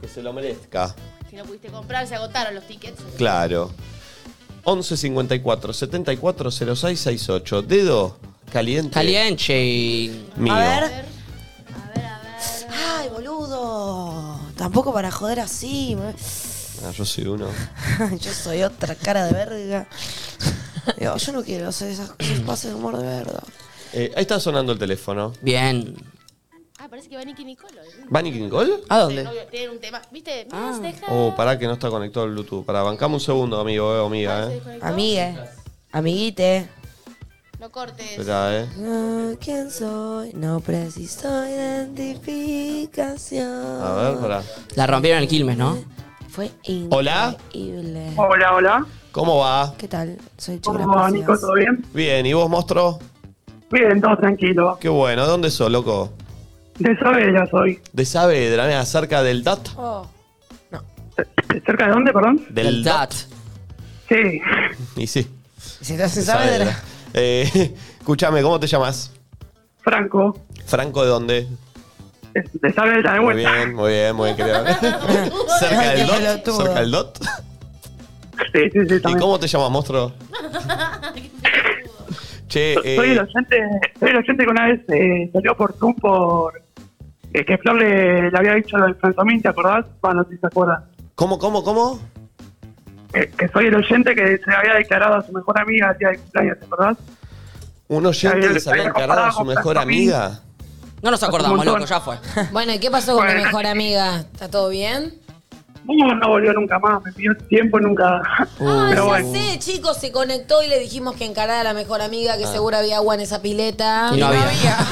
Speaker 2: Que se lo merezca.
Speaker 3: Si no pudiste comprar, se agotaron los tickets.
Speaker 2: Claro. 11 54 74 06 68. Dedo caliente.
Speaker 4: Caliente.
Speaker 2: Mío.
Speaker 5: A ver. Ay, boludo. Tampoco para joder así. me-
Speaker 2: Ah, yo soy uno.
Speaker 5: Yo soy otra cara de verga. Digo, yo no quiero hacer esas cosas, pase de humor de verdad.
Speaker 2: Eh, ahí está sonando el teléfono.
Speaker 4: Bien.
Speaker 3: Ah, parece que va Nicky Nicolo.
Speaker 2: ¿Van y Gol?
Speaker 4: ¿A
Speaker 3: Tienen un tema. ¿Viste?
Speaker 4: Ah.
Speaker 3: Me has dejado.
Speaker 2: Oh, pará que no está conectado el Bluetooth. Pará, bancame un segundo, amigo, eh, o amiga, eh.
Speaker 5: Amigue, amiguite.
Speaker 3: No cortes.
Speaker 2: Esperá, eh.
Speaker 5: No, Ah, ¿Quién soy? No preciso identificación.
Speaker 2: A ver, pará.
Speaker 4: La rompieron en el Quilmes, ¿no?
Speaker 5: Fue
Speaker 2: Hola.
Speaker 5: increíble.
Speaker 16: Hola, hola.
Speaker 2: ¿Cómo va?
Speaker 5: ¿Qué tal? Soy Chura
Speaker 16: ¿Cómo va, Nico? ¿Todo bien?
Speaker 2: Bien, ¿y vos, monstruo?
Speaker 16: Bien, todo tranquilo.
Speaker 2: Qué bueno, ¿de dónde sos, loco?
Speaker 16: De Saavedra soy.
Speaker 2: De Saavedra, mira, cerca del DAT.
Speaker 16: ¿Cerca de dónde, perdón?
Speaker 2: Del DAT.
Speaker 16: Sí.
Speaker 2: Y sí.
Speaker 5: Se
Speaker 16: hace Saavedra.
Speaker 2: Eh, escúchame, ¿cómo te llamas?
Speaker 16: Franco.
Speaker 2: Franco, ¿de dónde?
Speaker 16: De Saavedra, de
Speaker 2: Muy
Speaker 16: vuelta.
Speaker 2: bien, muy bien, muy bien. querido. ¿Cerca del DOT?
Speaker 16: pelotudo.
Speaker 2: ¿Cerca del DOT?
Speaker 16: Sí, sí, sí.
Speaker 2: ¿Y cómo te llamas, monstruo? che, eh,
Speaker 16: Soy el oyente, soy el oyente que una vez eh, salió por Zoom por... eh, que Flor le, le había dicho lo del Fransomín, ¿te acordás? Bueno, no sé si se acuerdan.
Speaker 2: ¿Cómo, cómo, cómo?
Speaker 16: Que, que soy el oyente que se había declarado a su mejor amiga el día de cumpleaños, ¿te acordás?
Speaker 2: ¿un oyente que se había encargado a su mejor amiga?
Speaker 4: No nos acordamos,
Speaker 2: Hace un
Speaker 4: loco, ya fue.
Speaker 6: Bueno, ¿y qué pasó con tu mejor amiga? ¿Está todo bien?
Speaker 16: No, no volvió nunca más, me pidió tiempo y nunca.
Speaker 6: Ah,
Speaker 16: Pero
Speaker 6: ya
Speaker 16: bueno,
Speaker 6: sé, chicos, se conectó y le dijimos que encarara a la mejor amiga, que
Speaker 16: Ah.
Speaker 6: seguro había agua en esa pileta.
Speaker 4: Y no había.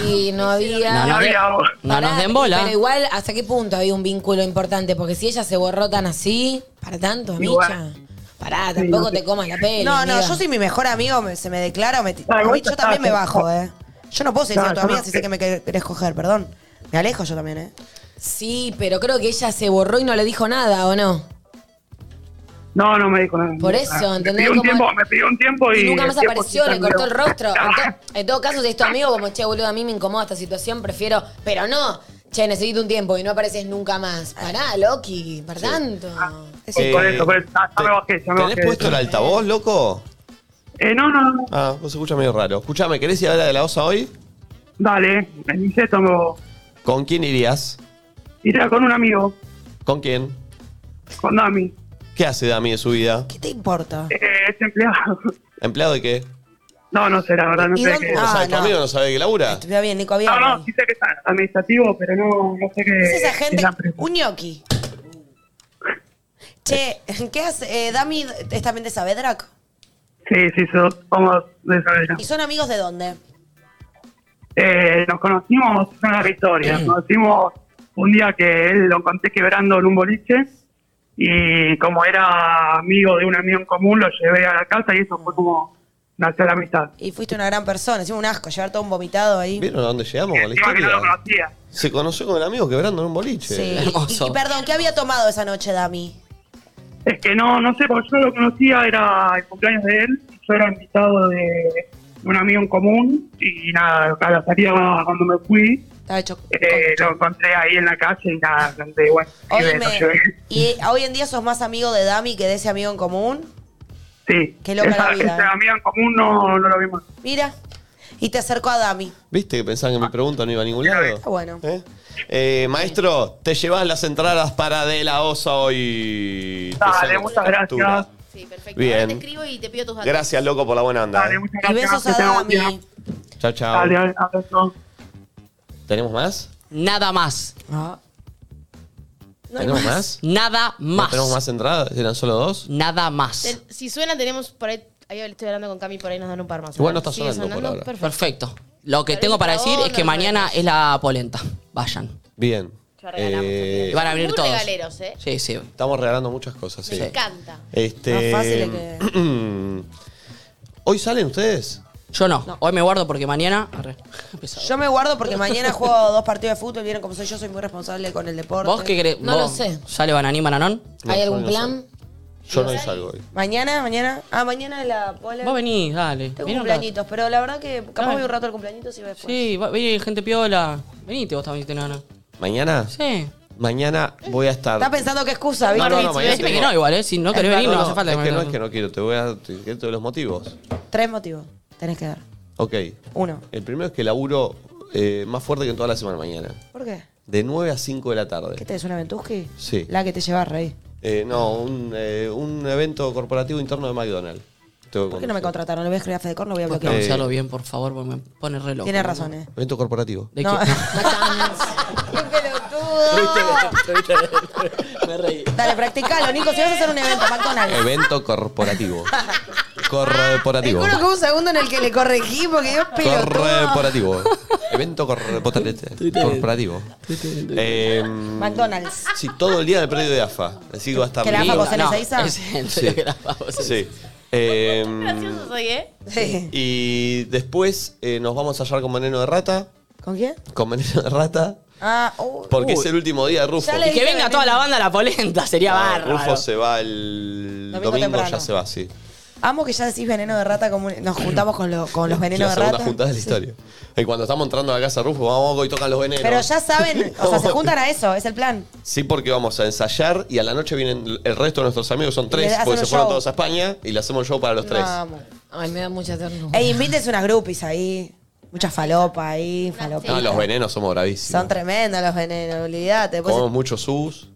Speaker 6: Y no había.
Speaker 4: No, no había agua. No nos den bola.
Speaker 6: Pero igual, ¿hasta qué punto había un vínculo importante? Porque si ella se borró tan así, para tanto, Micha. Pará, tampoco te comas la peli.
Speaker 5: No, no,
Speaker 6: amiga.
Speaker 5: yo si mi mejor amigo me- se me declara, me ti-
Speaker 6: Ah,
Speaker 5: a
Speaker 6: igual
Speaker 5: mí
Speaker 6: ya
Speaker 5: yo también me
Speaker 6: está, ya
Speaker 5: bajo,
Speaker 6: está.
Speaker 5: ¿eh? Yo no puedo seguir
Speaker 6: No,
Speaker 5: siendo tu
Speaker 6: yo
Speaker 5: amiga
Speaker 6: no-
Speaker 5: si sé que me quer- querés coger, perdón. Me alejo yo también, ¿eh?
Speaker 6: Sí, pero creo que ella se borró y no le dijo nada, ¿o no?
Speaker 16: no, no me dijo nada.
Speaker 6: Por eso,
Speaker 16: Ah,
Speaker 6: ¿entendés
Speaker 16: Me pidió un
Speaker 6: cómo-
Speaker 16: tiempo, me pidió un tiempo y.
Speaker 6: Y nunca más
Speaker 16: el tiempo Ah,
Speaker 6: apareció,
Speaker 16: sí
Speaker 6: le cortó
Speaker 16: salió.
Speaker 6: el rostro. En, to- en todo caso, si es tu amigo, como, che, boludo, a mí me incomoda esta situación, prefiero... Pero no, che, necesito un tiempo y no apareces nunca más. Pará, Loki, por tanto.
Speaker 2: Eh,
Speaker 16: Por eso, por eso. Ah, ya me bajé, ya me
Speaker 2: ¿Tenés
Speaker 16: bajé.
Speaker 2: puesto el altavoz, loco?
Speaker 16: Eh, no, no, no.
Speaker 2: Ah, vos escucha medio raro. Escuchame, ¿querés ir a la de la osa hoy?
Speaker 16: Dale, en mi set tengo.
Speaker 2: ¿Con quién irías?
Speaker 16: Iría con un amigo,
Speaker 2: ¿Con quién?
Speaker 16: con Dami.
Speaker 2: ¿Qué hace Dami de su vida?
Speaker 5: ¿Qué te importa?
Speaker 16: Eh, es empleado.
Speaker 2: ¿Empleado de qué?
Speaker 16: No, no sé, la verdad, no
Speaker 5: ¿Y
Speaker 16: sé
Speaker 5: dónde-
Speaker 16: qué.
Speaker 2: ¿No sabe tu amigo no sabe que labura?
Speaker 5: Estuviera bien, Nico, había.
Speaker 16: No, no, sí sé que es administrativo, pero no, no sé qué.
Speaker 5: Ah. Es esa gente,
Speaker 16: qué es la-
Speaker 5: un ñoqui. Che, ¿qué hace? Eh, Dami es también de Saavedra.
Speaker 16: Sí, sí, somos de Saavedra.
Speaker 5: ¿Y son amigos de dónde?
Speaker 16: Eh, nos conocimos, es una larga historia, nos conocimos un día que él lo conté quebrando en un boliche y como era amigo de un amigo en común lo llevé a la casa y eso fue como nació la amistad.
Speaker 5: Y fuiste una gran persona, encima un asco, llevar todo un vomitado ahí.
Speaker 2: ¿Vieron a dónde llegamos con la
Speaker 16: Encima que no lo
Speaker 2: historia?
Speaker 16: conocía.
Speaker 2: Se conoció con el amigo quebrando en un boliche.
Speaker 5: Sí. Y, y perdón, ¿qué había tomado esa noche, Dami?
Speaker 16: Es que no, no sé, porque yo lo conocía, era el cumpleaños de él, yo era invitado de un amigo en común y nada, a la salida cuando me fui
Speaker 5: Estaba hecho.
Speaker 16: eh, lo encontré ahí en la calle y nada, gente, bueno,
Speaker 5: Oíme.
Speaker 16: lo llevé.
Speaker 5: ¿Y eh, hoy en día sos más amigo de Dami que de ese amigo en común?
Speaker 16: Sí,
Speaker 5: Qué loca
Speaker 16: esa,
Speaker 5: la vida,
Speaker 16: esa
Speaker 5: eh.
Speaker 16: amiga en común no, no lo vimos.
Speaker 5: Mira. Y te acercó a Dami.
Speaker 2: ¿Viste que pensaban que mi pregunta no iba a ningún
Speaker 5: Está
Speaker 2: lado?
Speaker 5: bueno.
Speaker 2: Eh, maestro, te llevas las entradas para De La Osa hoy. Te
Speaker 16: Dale,
Speaker 2: saco
Speaker 16: muchas
Speaker 2: factura.
Speaker 16: gracias.
Speaker 3: Sí, perfecto.
Speaker 2: Bien.
Speaker 3: Ahora te escribo y te pido tus datos.
Speaker 2: Gracias, loco, por la buena onda. eh.
Speaker 16: Dale, muchas gracias. que tengas buen día.
Speaker 2: Chao, chao.
Speaker 16: Dale, dale, abrazo.
Speaker 2: ¿Tenemos más?
Speaker 4: Nada más.
Speaker 2: ¿Tenemos más?
Speaker 4: Nada
Speaker 2: ¿No
Speaker 4: más.
Speaker 2: ¿Tenemos más entradas? ¿Eran solo dos?
Speaker 4: Nada más.
Speaker 3: Ten- Si suena, tenemos por ahí. Ahí estoy hablando con Cami, por ahí nos dan un par más.
Speaker 4: Igual no está
Speaker 3: ¿Sigue
Speaker 4: sonando por ahora.
Speaker 3: Perfecto.
Speaker 4: Perfecto. Lo que tengo para decir es que mañana es la polenta. Vayan.
Speaker 2: Bien. Eh,
Speaker 4: Y van a venir
Speaker 3: Muy
Speaker 4: todos.
Speaker 3: regaleros, ¿eh?
Speaker 4: Sí, sí.
Speaker 2: Estamos regalando muchas cosas, sí.
Speaker 3: Me encanta.
Speaker 2: Este,
Speaker 4: Más fácil es
Speaker 2: ¿Hoy salen ustedes?
Speaker 4: Yo no. Hoy me guardo porque mañana. Arre.
Speaker 5: Yo me guardo porque mañana juego dos partidos de fútbol. Vieron como soy yo, soy muy responsable con el deporte.
Speaker 4: ¿Vos qué crees?
Speaker 5: No lo
Speaker 4: ¿Vos
Speaker 5: sé.
Speaker 4: ¿Sale Bananín, Bananón?
Speaker 2: No, ¿Hay yo algún no plan? Yo no salgo hoy.
Speaker 5: Mañana, mañana. Ah, mañana la pole.
Speaker 4: Vos venís, dale.
Speaker 5: Tengo
Speaker 4: Vení un
Speaker 5: cumpleañitos, pero la verdad que capaz
Speaker 4: Dale.
Speaker 5: voy un rato al cumpleañitos y voy después.
Speaker 4: Sí, va- vení, gente piola. Venite vos también, si tenés ganas.
Speaker 2: ¿Mañana?
Speaker 4: Sí.
Speaker 2: Mañana voy a estar.
Speaker 5: Está pensando qué excusa,
Speaker 4: No,
Speaker 5: ¿viste?
Speaker 4: no, no, mañana Decime tengo- que no, igual, ¿eh? Si no querés venir, no hace falta
Speaker 2: Es
Speaker 4: que
Speaker 2: que
Speaker 4: me-
Speaker 2: no es que no quiero, te voy a te- te- todos los motivos.
Speaker 5: Tres motivos tenés que dar.
Speaker 2: Ok.
Speaker 5: Uno.
Speaker 2: El primero es que laburo eh, más fuerte que en toda la semana mañana.
Speaker 5: ¿Por qué?
Speaker 2: De 9 a 5 de la tarde.
Speaker 5: ¿Qué te Este es una ventusqui?
Speaker 2: Sí.
Speaker 5: La que te llevas, rey.
Speaker 2: Eh, no, un, eh, un evento corporativo interno de McDonald's. Tengo que
Speaker 5: ¿Por qué no me
Speaker 2: conocer.
Speaker 5: contrataron? Le voy a escribir a Fedecor, lo voy a
Speaker 4: Puedes
Speaker 5: bloquear.
Speaker 4: pronunciarlo bien, por favor, porque me pone re loco.
Speaker 5: Tiene razón, eh.
Speaker 2: Evento corporativo.
Speaker 4: ¿De
Speaker 5: No.
Speaker 4: qué?
Speaker 5: ¡Qué pelotudo!
Speaker 4: Me reí.
Speaker 5: Dale, practicalo, Nico. Si vas a hacer un evento, McDonald's.
Speaker 2: Evento corporativo. Corporativo.
Speaker 5: Juro que hubo un segundo en el que le corregí porque yo pelotudo.
Speaker 2: Corporativo. Evento corporativo. corporativo. Em,
Speaker 5: McDonald's.
Speaker 2: Sí, todo el día en el predio de AFA. Así que va a estar
Speaker 5: ¿Que la AFA
Speaker 2: lindo.
Speaker 5: posee la Ezeiza?
Speaker 4: es el
Speaker 2: Sí.
Speaker 4: predio que la AFA posee.
Speaker 2: Sí. Em,
Speaker 3: Gracioso soy, ¿eh?
Speaker 2: y después eh, nos vamos a hallar con Veneno de Rata.
Speaker 5: ¿Con quién?
Speaker 2: Con Veneno de Rata.
Speaker 5: Ah, uy.
Speaker 2: Porque
Speaker 4: Uy.
Speaker 2: es el último día de Rufo.
Speaker 4: Y que venga toda la banda a la polenta, sería
Speaker 2: Ah,
Speaker 4: bárbaro.
Speaker 2: Rufo se va el
Speaker 5: Domingo
Speaker 2: domingo,
Speaker 5: temprano.
Speaker 2: ya se va, sí.
Speaker 5: Amo que ya decís veneno de rata como un- nos juntamos con, lo- con los
Speaker 2: la
Speaker 5: venenos de
Speaker 2: segunda
Speaker 5: rata.
Speaker 2: juntada de la historia. Y cuando estamos entrando a la casa de Rufo, vamos y tocan los venenos.
Speaker 5: Pero ya saben, o sea, se juntan a eso, es el plan.
Speaker 2: Sí, porque vamos a ensayar y a la noche vienen el resto de nuestros amigos, son
Speaker 5: Y le
Speaker 2: tres,
Speaker 5: hacen
Speaker 2: porque se
Speaker 5: un
Speaker 2: fueron
Speaker 5: show.
Speaker 2: todos a España y le hacemos el show para los tres.
Speaker 5: Vamos.
Speaker 6: Ay, me da mucha ternura.
Speaker 5: Ey, invítense unas groupies ahí. Mucha falopa ahí, falopa.
Speaker 2: No, Ah, los venenos somos bravísimos.
Speaker 5: Son tremendos los venenos, olvídate. pues-
Speaker 2: Comemos muchos sus.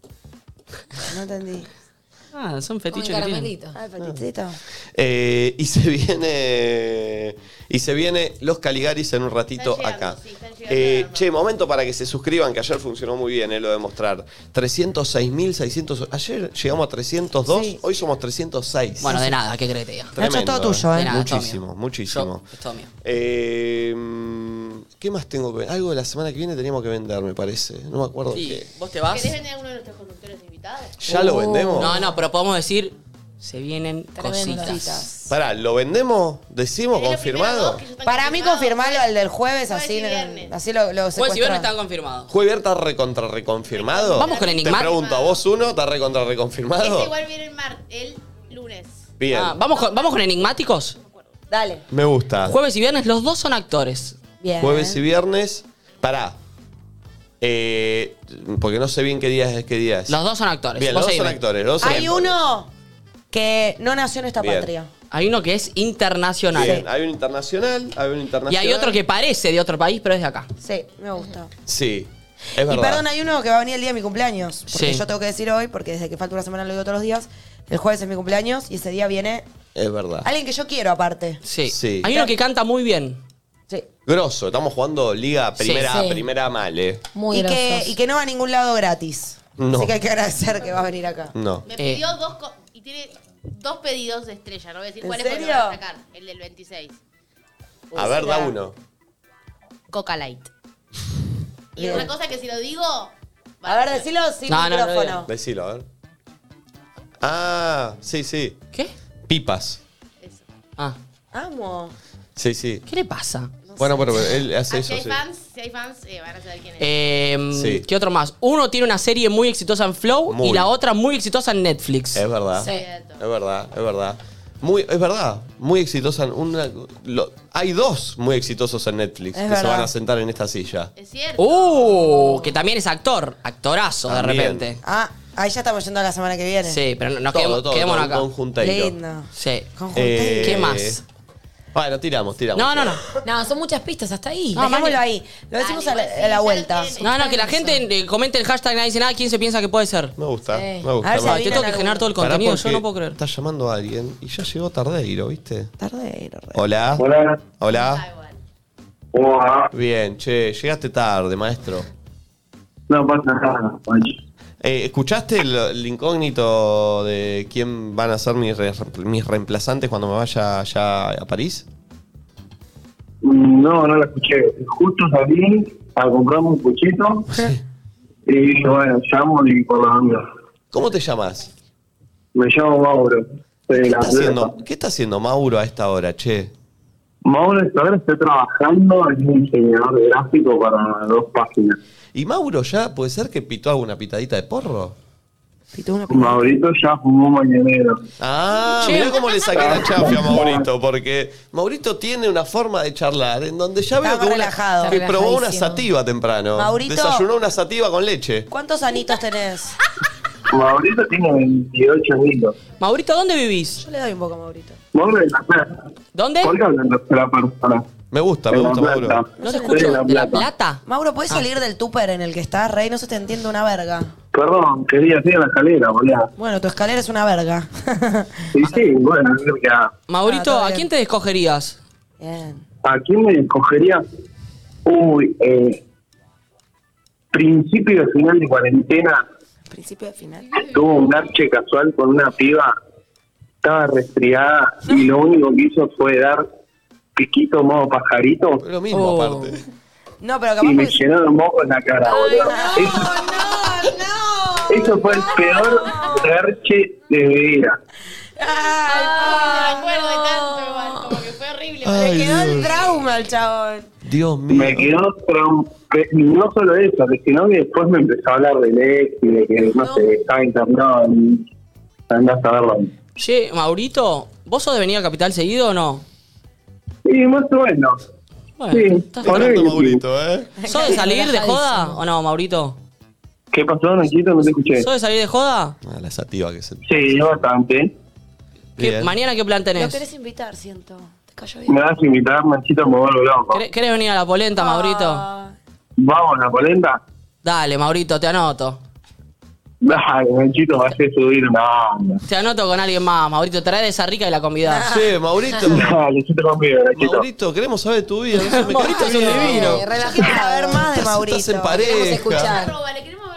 Speaker 5: No entendí. Ah,
Speaker 4: Ah, son fetiches que tienen.
Speaker 5: Ay, fetichito.
Speaker 2: Eh, y se viene. Y se viene los Caligaris en un ratito acá. Eh, che, momento para que se suscriban, que ayer funcionó muy bien, eh, lo de mostrar. 306.600. Ayer llegamos a 302, hoy somos 306.
Speaker 4: Bueno, de nada, ¿qué crees que te diga?
Speaker 2: Tremendo, eh.
Speaker 4: De nada, todo mío.
Speaker 2: Muchísimo, muchísimo.
Speaker 4: Es todo mío.
Speaker 2: Eh, ¿Qué más tengo que Algo de la semana que viene teníamos que vender, me parece. No me acuerdo
Speaker 4: Sí,
Speaker 2: qué.
Speaker 4: ¿Vos te vas?
Speaker 3: ¿Querés vender a uno de nuestros conductores invitados?
Speaker 2: ¿Ya lo vendemos?
Speaker 4: Uh. No, no, pero podemos decir, se vienen
Speaker 5: Tremendas.
Speaker 4: cositas.
Speaker 2: Pará, ¿lo vendemos? ¿Decimos? ¿Confirmado?
Speaker 5: Para mí confirmarlo al del jueves, así, así lo, lo
Speaker 4: Jueves y viernes
Speaker 5: secuestran.
Speaker 4: están confirmados.
Speaker 2: ¿Jueves está recontra reconfirmado?
Speaker 4: Vamos con Enigma.
Speaker 2: Te pregunto, ¿a vos uno está recontra reconfirmado?
Speaker 3: Ese Este igual viene el, mar, el lunes.
Speaker 2: Bien.
Speaker 4: Ah, ¿vamos, con, ¿Vamos con enigmáticos?
Speaker 5: Dale.
Speaker 2: Me gusta.
Speaker 4: Jueves y viernes, los dos son actores.
Speaker 5: Bien.
Speaker 2: Ah. Jueves y viernes. Pará. Eh, porque no sé bien qué día es. Qué día es.
Speaker 4: Los dos son actores.
Speaker 2: Bien,
Speaker 4: Vos
Speaker 2: los dos son
Speaker 4: seguime.
Speaker 2: actores. Los dos son
Speaker 5: Hay
Speaker 2: actores.
Speaker 5: uno que no nació en esta
Speaker 2: Bien.
Speaker 5: patria.
Speaker 4: Hay uno que es internacional.
Speaker 2: Bien, Hay un internacional, hay un internacional.
Speaker 4: Y hay otro que parece de otro país, pero es de acá.
Speaker 5: Sí, me gusta.
Speaker 2: Sí, es
Speaker 5: Y
Speaker 2: verdad.
Speaker 5: perdón, hay uno que va a venir el día de mi cumpleaños. Porque
Speaker 4: Sí.
Speaker 5: yo tengo que decir hoy, porque desde que falta una semana lo digo todos los días. El jueves es mi cumpleaños y ese día viene
Speaker 2: Es verdad.
Speaker 5: alguien que yo quiero aparte.
Speaker 4: Sí.
Speaker 2: Sí.
Speaker 4: Hay uno que canta muy bien.
Speaker 2: Grosso, estamos jugando liga primera,
Speaker 4: Sí.
Speaker 2: primera mal, eh.
Speaker 5: y, que, y que no va a ningún lado gratis.
Speaker 2: No.
Speaker 5: Así que hay que agradecer que va a venir acá.
Speaker 2: No.
Speaker 3: Me
Speaker 2: Eh,
Speaker 3: pidió dos co- y tiene dos pedidos de estrella. No voy a decir
Speaker 5: ¿En
Speaker 3: cuál es porque lo
Speaker 5: serio?
Speaker 3: van a sacar. El del 26.
Speaker 2: a ver, da uno.
Speaker 3: Coca Light. Y
Speaker 5: Bien.
Speaker 3: otra cosa que si lo digo.
Speaker 5: A ver, decilo sin
Speaker 2: No, no, no,
Speaker 5: micrófono.
Speaker 2: no. Decilo, a ver. Ah, sí, sí.
Speaker 4: ¿Qué?
Speaker 2: Pipas.
Speaker 4: Ah.
Speaker 5: Amo.
Speaker 2: Sí, sí.
Speaker 4: ¿Qué le pasa?
Speaker 2: Bueno, pero él hace
Speaker 3: Ah,
Speaker 2: eso,
Speaker 3: si hay
Speaker 2: sí.
Speaker 3: fans, si hay fans, eh, van a saber quién es.
Speaker 4: Eh,
Speaker 2: Sí.
Speaker 4: ¿Qué otro más? Uno tiene una serie muy exitosa en Flow
Speaker 2: Muy.
Speaker 4: y la otra muy exitosa en Netflix.
Speaker 2: Es verdad.
Speaker 3: Sí.
Speaker 2: Es verdad, es verdad. Muy, es verdad, muy exitosa. Una, lo- hay dos muy exitosos en Netflix
Speaker 3: Es
Speaker 2: que se
Speaker 3: verdad.
Speaker 2: van a sentar en esta silla.
Speaker 3: Es cierto.
Speaker 4: ¡Uh! Que también es actor. Actorazo,
Speaker 2: También.
Speaker 4: de repente.
Speaker 5: Ah, ahí ya estamos yendo a la semana que viene.
Speaker 4: Sí, pero no- nos
Speaker 2: Todo,
Speaker 4: quedemos,
Speaker 2: todo,
Speaker 4: quedémonos
Speaker 2: todo,
Speaker 4: acá.
Speaker 2: conjunteiro.
Speaker 5: Lindo.
Speaker 4: Sí.
Speaker 2: Eh,
Speaker 4: ¿Qué más?
Speaker 2: Bueno, tiramos, tiramos.
Speaker 4: No, no, no.
Speaker 6: No, son muchas pistas, hasta ahí.
Speaker 5: No, Dejémoslo ahí. Lo decimos a la, a la vuelta.
Speaker 4: No, no, que la gente eh, comente el hashtag nadie dice nada, ¿quién se piensa que puede ser?
Speaker 2: Me gusta,
Speaker 4: Sí.
Speaker 2: me gusta.
Speaker 4: A ver si
Speaker 2: me gusta.
Speaker 4: adivina Te tengo que alguno. generar todo el contenido,
Speaker 2: porque
Speaker 4: yo no puedo creer.
Speaker 2: Está llamando a alguien y ya llegó Tardeiro, ¿viste?
Speaker 5: Tardeiro.
Speaker 2: Hola. Hola. Hola.
Speaker 22: Hola.
Speaker 2: Bien, che, llegaste tarde, maestro.
Speaker 22: No pasa nada, Pancho.
Speaker 2: Eh, ¿Escuchaste el, el incógnito de quién van a ser mis, re- mis reemplazantes cuando me vaya ya a París?
Speaker 22: Mm, No, no la escuché. Justo salí a comprarme un puchito y dije, bueno, llamo y por la onda.
Speaker 2: ¿Cómo te llamas?
Speaker 22: Me llamo Mauro. de
Speaker 2: ¿Qué
Speaker 22: la
Speaker 2: está,
Speaker 22: Plata.
Speaker 2: haciendo, qué está haciendo Mauro a esta hora, che?
Speaker 22: Mauro ahora está trabajando, es un diseñador de gráfico para dos páginas.
Speaker 2: ¿Y Mauro ya puede ser que pitó alguna pitadita de porro?
Speaker 22: Maurito ya fumó mañanero.
Speaker 2: Ah, mirá cómo le saqué la chafia a Maurito, porque Maurito tiene una forma de charlar en donde ya veo
Speaker 5: Está
Speaker 2: que, una-
Speaker 5: relajado.
Speaker 2: que
Speaker 5: Está
Speaker 2: probó una
Speaker 5: relajadísimo.
Speaker 2: sativa temprano.
Speaker 5: Maurito.
Speaker 2: Desayunó una sativa con leche.
Speaker 5: ¿Cuántos anitos tenés?
Speaker 22: Maurito tiene 28 años.
Speaker 4: Maurito, ¿dónde vivís?
Speaker 5: Yo le doy un poco a Maurito.
Speaker 22: Mauro de la Plata.
Speaker 4: ¿Dónde?
Speaker 22: ¿Por qué hablan de la persona?
Speaker 2: Me gusta,
Speaker 22: me
Speaker 2: gusta, Mauro.
Speaker 4: No te escucho. ¿De La Plata? Ah.
Speaker 5: Mauro, ¿puedes salir del tupper en el que estás, rey? No se te entiende una verga.
Speaker 22: Perdón, quería tirar la escalera, boludo.
Speaker 5: Bueno, tu escalera es una verga.
Speaker 22: Sí, sí, bueno, mira.
Speaker 4: Maurito, ¿a quién te escogerías?
Speaker 22: ¿A quién me escogería? Uy, eh, principio y final de cuarentena
Speaker 5: Principio de final.
Speaker 22: tuvo un garche casual con una piba, estaba resfriada y lo único que hizo fue dar piquito modo pajarito. Lo mismo,
Speaker 4: Oh.
Speaker 22: aparte.
Speaker 5: No, pero
Speaker 22: Y
Speaker 5: capaz
Speaker 22: me
Speaker 5: que.
Speaker 22: llenaron moco en la cara, boludo. Eso, eso fue el peor garche de mi vida.
Speaker 5: Ay, no me acuerdo tanto, igual. Como que fue horrible. Le
Speaker 22: Ay,
Speaker 5: quedó el
Speaker 22: Dios.
Speaker 5: trauma al chabón.
Speaker 2: Dios
Speaker 22: mío. Me quedó trom- que- No solo eso, que sino que después me empezó a hablar del ex y de que no, sé, estaba internado en. Andás a verlo.
Speaker 4: Che, Maurito, ¿vos sos de venir a Capital seguido o no?
Speaker 22: Sí, más o menos. Sí,
Speaker 4: está bien.
Speaker 22: ponele que sí.
Speaker 4: ¿Sos de salir de joda o no, Maurito?
Speaker 22: ¿Qué pasó, Naquito? No te escuché.
Speaker 4: ¿Sos de salir de joda?
Speaker 2: Ah, la sativa que se.
Speaker 22: Sí, bastante.
Speaker 4: ¿Qué-
Speaker 2: Eh.
Speaker 4: ¿Mañana qué plan
Speaker 6: Lo
Speaker 4: tenés?
Speaker 6: querés invitar, siento. Te cayó bien.
Speaker 22: Me vas a invitar, Nachito, me vuelvo loco.
Speaker 4: ¿Querés- ¿Querés venir a la polenta,
Speaker 6: Ah.
Speaker 4: Maurito?
Speaker 22: ¿Vamos a la polenta?
Speaker 4: Dale, Maurito, te anoto.
Speaker 22: Dale, Nachito, vas a subir una banda.
Speaker 4: Te anoto con alguien más, Maurito. Trae de esa rica y la convidás.
Speaker 2: Che, Maurito.
Speaker 22: Dale, yo te convido, Nachito.
Speaker 2: Maurito, queremos saber tu vida. No sé, me Maurito es un divino.
Speaker 5: saber más de
Speaker 2: Estás-
Speaker 5: Maurito.
Speaker 2: Estás en pareja.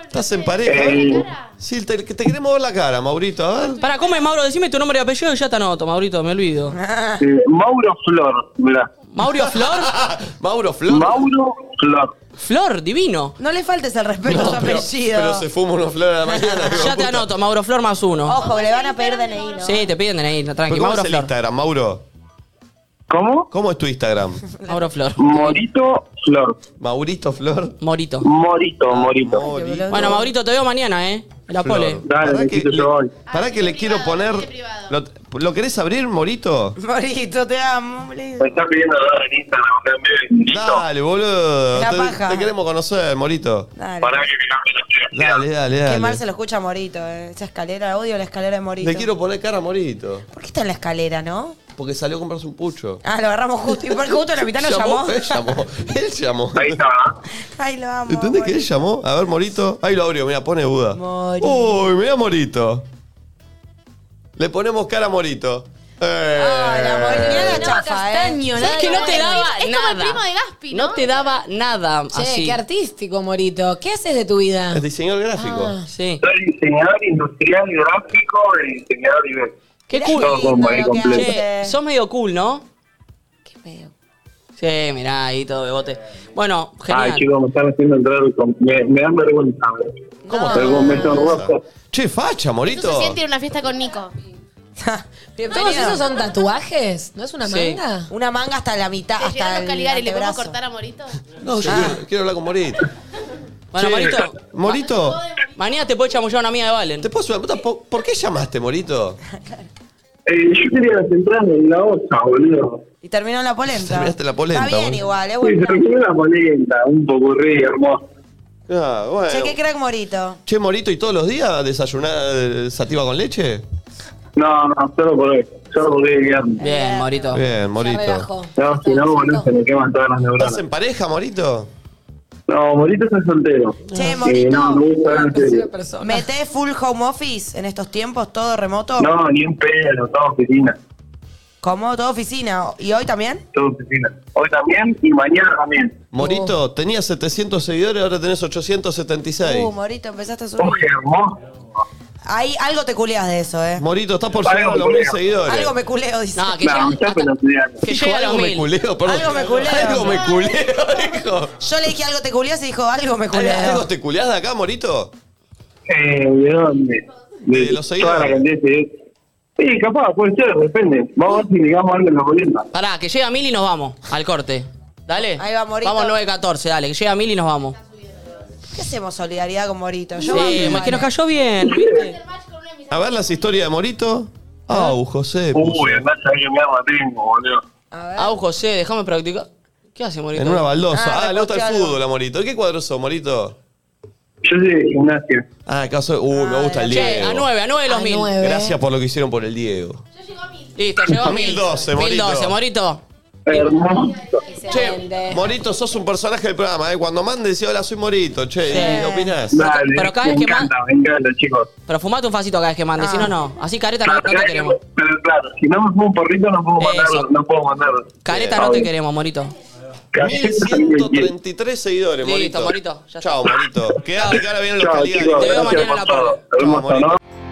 Speaker 2: Estás en
Speaker 22: Eh.
Speaker 2: pareja. Sí, te, te queremos ver la cara, Maurito. A ver.
Speaker 4: Para, ¿cómo es, Mauro? Decime tu nombre y apellido y ya te anoto, Maurito. Me olvido.
Speaker 22: Eh, Mauro Flor, mirá.
Speaker 4: ¿Mauro Flor?
Speaker 2: Mauro Flor.
Speaker 22: Mauro Flor.
Speaker 4: Flor, divino.
Speaker 5: No le faltes el respeto a su apellido.
Speaker 2: Pero se fuma una flor a la mañana.
Speaker 4: Ya te anoto, Mauro Flor más uno.
Speaker 5: Ojo, le van a pedir DNI, ¿no?
Speaker 4: Sí, te piden DNI, tranqui.
Speaker 2: ¿Pero ¿Cómo
Speaker 4: Mauro
Speaker 2: es el
Speaker 4: Flor.
Speaker 2: Instagram, Mauro?
Speaker 22: ¿Cómo?
Speaker 2: ¿Cómo es tu Instagram?
Speaker 4: Mauro Flor.
Speaker 22: Morito Flor.
Speaker 2: Maurito Flor. Ah,
Speaker 4: Morito.
Speaker 22: Morito, Morito.
Speaker 4: Bueno, Maurito, te veo mañana, ¿eh? En La pole.
Speaker 22: Dale,
Speaker 2: pará que,
Speaker 22: Nachito, yo voy.
Speaker 2: pará que le quiero poner. ¿Lo, lo querés abrir, Morito?
Speaker 5: Maurito, te amo, boludo.
Speaker 22: Me está pidiendo hablar en Instagram,
Speaker 2: Dale, boludo.
Speaker 5: La
Speaker 2: Te,
Speaker 5: paja.
Speaker 2: te queremos conocer, Morito.
Speaker 5: Dale.
Speaker 2: Dale, dale,
Speaker 5: Qué mal se
Speaker 2: dale.
Speaker 5: lo escucha a Morito, eh. esa escalera, odio la escalera de Morito.
Speaker 2: Le quiero poner cara a Morito.
Speaker 5: ¿Por qué está en la escalera, no?
Speaker 2: Porque salió a comprarse un pucho.
Speaker 5: Ah, lo agarramos justo, y por- justo en la mitad nos llamó.
Speaker 2: Él llamó. Él llamó.
Speaker 5: Ay, lo amo.
Speaker 2: ¿Entendés que él llamó? A ver, Morito. Ahí lo abrió, mira, pone Buda. Uy, mira Morito. Le ponemos cara a Morito. Eh.
Speaker 5: Nada chafa,
Speaker 6: castaño,
Speaker 5: eh.
Speaker 6: nada
Speaker 4: ¿Sabes que no te daba
Speaker 6: Es como el
Speaker 4: nada?
Speaker 6: primo de
Speaker 4: Gaspi, ¿no? te daba nada
Speaker 3: Ah,
Speaker 6: Che,
Speaker 4: así.
Speaker 6: qué artístico, Morito. ¿Qué haces de tu vida?
Speaker 2: Es diseñador gráfico.
Speaker 4: Ah. Sí.
Speaker 22: Soy diseñador industrial y gráfico y diseñador y
Speaker 4: Qué
Speaker 22: cool.
Speaker 4: cool.
Speaker 22: Todo como ahí completo.
Speaker 4: Che, sos medio cool, ¿no? Qué medio. Sí, mirá, ahí todo de bote. Bueno,
Speaker 22: Ay,
Speaker 4: genial.
Speaker 22: chicos, me están haciendo entrar. con- Me, me dan vergüenza.
Speaker 2: ¿Cómo
Speaker 22: Pero como me están rojo.
Speaker 2: Che, facha, Morito.
Speaker 3: Se siente en una fiesta con Nico.
Speaker 6: ¿Todos esos son tatuajes? ¿No es una
Speaker 2: Sí.
Speaker 6: manga?
Speaker 5: Una manga hasta la mitad,
Speaker 3: Te
Speaker 5: hasta
Speaker 3: llegaron
Speaker 5: el
Speaker 3: Caligari, ¿le podemos
Speaker 5: antebrazo.
Speaker 3: cortar a Morito?
Speaker 2: No, yo quiero, quiero hablar con Morito.
Speaker 4: Ah. Bueno,
Speaker 2: Che,
Speaker 4: Morito.
Speaker 2: Morito.
Speaker 4: Mañana te puedo chamullar una amiga de Valen.
Speaker 2: ¿Te puedo hacer una puta? ¿Por, por qué llamaste, Morito?
Speaker 22: Eh, yo quería las entradas de la osa, boludo.
Speaker 5: Y terminó en la polenta.
Speaker 2: Terminaste la polenta,
Speaker 5: Está bien
Speaker 2: boludo.
Speaker 5: igual, eh,
Speaker 22: Sí,
Speaker 5: bueno.
Speaker 22: terminé la polenta, un poco re hermoso.
Speaker 2: Ah, bueno.
Speaker 5: Che, qué crack Morito.
Speaker 2: Che, Morito, ¿y todos los días desayunar eh, sativa con leche?
Speaker 22: No, no, solo por hoy. Solo por hoy es viernes.
Speaker 4: Bien, Morito.
Speaker 2: Bien, Morito.
Speaker 22: relajó. No, si no, boludo, se me queman todas las
Speaker 2: ¿Estás
Speaker 22: neuronas.
Speaker 2: en pareja, Morito?
Speaker 22: No, Morito está soltero.
Speaker 5: Che,
Speaker 22: Eh,
Speaker 5: Morito.
Speaker 22: no, me gusta hablar en serio.
Speaker 5: ¿Meté full home office en estos tiempos, todo remoto?
Speaker 22: No, ni un pedo, toda oficina.
Speaker 5: ¿Cómo? ¿Todo oficina? ¿Y hoy también?
Speaker 22: Toda oficina. Hoy también y mañana también.
Speaker 2: Morito, tenías 700 seguidores, ahora tenés 876.
Speaker 5: Uh, Morito, empezaste a subir.
Speaker 22: hermoso.
Speaker 5: Ahí algo te culeas de eso, eh.
Speaker 2: Morito, estás por
Speaker 5: Algo
Speaker 2: llegar a los
Speaker 5: me
Speaker 2: mil
Speaker 5: culeo.
Speaker 2: seguidores.
Speaker 5: Algo me culeo, dice.
Speaker 4: No, que
Speaker 22: No,
Speaker 4: llegue-
Speaker 22: ya me lo estudiaron.
Speaker 4: que
Speaker 2: Dijo,
Speaker 4: llegue a los
Speaker 2: algo me
Speaker 4: mil.
Speaker 2: culeo, perdón.
Speaker 5: Algo me culeo.
Speaker 2: Algo me culeo, dijo.
Speaker 5: Yo le dije algo te culeas y dijo algo me culeo.
Speaker 2: ¿Algo te culeás de acá, Morito?
Speaker 22: Eh, ¿De dónde? De,
Speaker 2: los
Speaker 22: Toda la cantidad de seguidores. Sí, capaz, puede ser, depende. Vamos a ver si llegamos algo en la polenta.
Speaker 4: Pará, que llega a mil y nos vamos al corte. Dale.
Speaker 5: Ahí va Morito.
Speaker 4: Vamos 9-14, dale, que llega a mil y nos vamos.
Speaker 5: ¿Qué hacemos solidaridad con Morito?
Speaker 4: Sí,
Speaker 5: Yo banco
Speaker 4: es
Speaker 5: igual,
Speaker 4: que nos
Speaker 5: eh.
Speaker 4: cayó bien. ¿viste?
Speaker 2: A ver las historias de Morito. Au, José. puso.
Speaker 22: Uy, andá a saber qué mierda tengo, boludo.
Speaker 4: Au, José, déjame practicar. ¿Qué hace, Morito?
Speaker 2: En una baldosa. Ah, le gusta el
Speaker 4: repostealo.
Speaker 2: fútbol, a Morito. ¿Qué cuadro sos, Morito?
Speaker 22: Yo soy de gimnasia.
Speaker 2: Ah, acaso. Uy, me gusta el
Speaker 4: Che,
Speaker 2: Diego.
Speaker 4: a 9, a 9 los
Speaker 6: A
Speaker 4: mil.
Speaker 6: nueve.
Speaker 2: Gracias por lo que hicieron por el Diego.
Speaker 4: Listo, llegó a mil.
Speaker 2: 1012,
Speaker 4: 1012,
Speaker 2: Morito.
Speaker 4: Morito.
Speaker 22: Hermoso.
Speaker 6: Ese
Speaker 23: Excelente.
Speaker 2: Morito, sos un personaje del programa, ¿eh? Cuando mandes, decía, hola, soy Morito, che, ¿y opinás?
Speaker 4: Dale, Pero cada me vez que encanta,
Speaker 2: me encanta, chicos.
Speaker 4: Pero fumate un facito cada vez que mandes, si no, no. Así careta no, no te queremos.
Speaker 22: Pero claro, si no me fumo un porrito no puedo mandar,
Speaker 4: Eso.
Speaker 22: no puedo mandar.
Speaker 4: Careta no te queremos, Morito.
Speaker 2: 1133 seguidores,
Speaker 4: Listo,
Speaker 2: Morito.
Speaker 4: Morito, ya
Speaker 2: Chao, Morito. Quédate que ahora vienen los
Speaker 22: Chao,
Speaker 2: calidades.
Speaker 22: chicos,
Speaker 2: Te veo
Speaker 22: gracias
Speaker 2: mañana en la
Speaker 22: por todo.
Speaker 2: Chao,
Speaker 22: Hermoso,
Speaker 2: Morito.
Speaker 22: ¿no?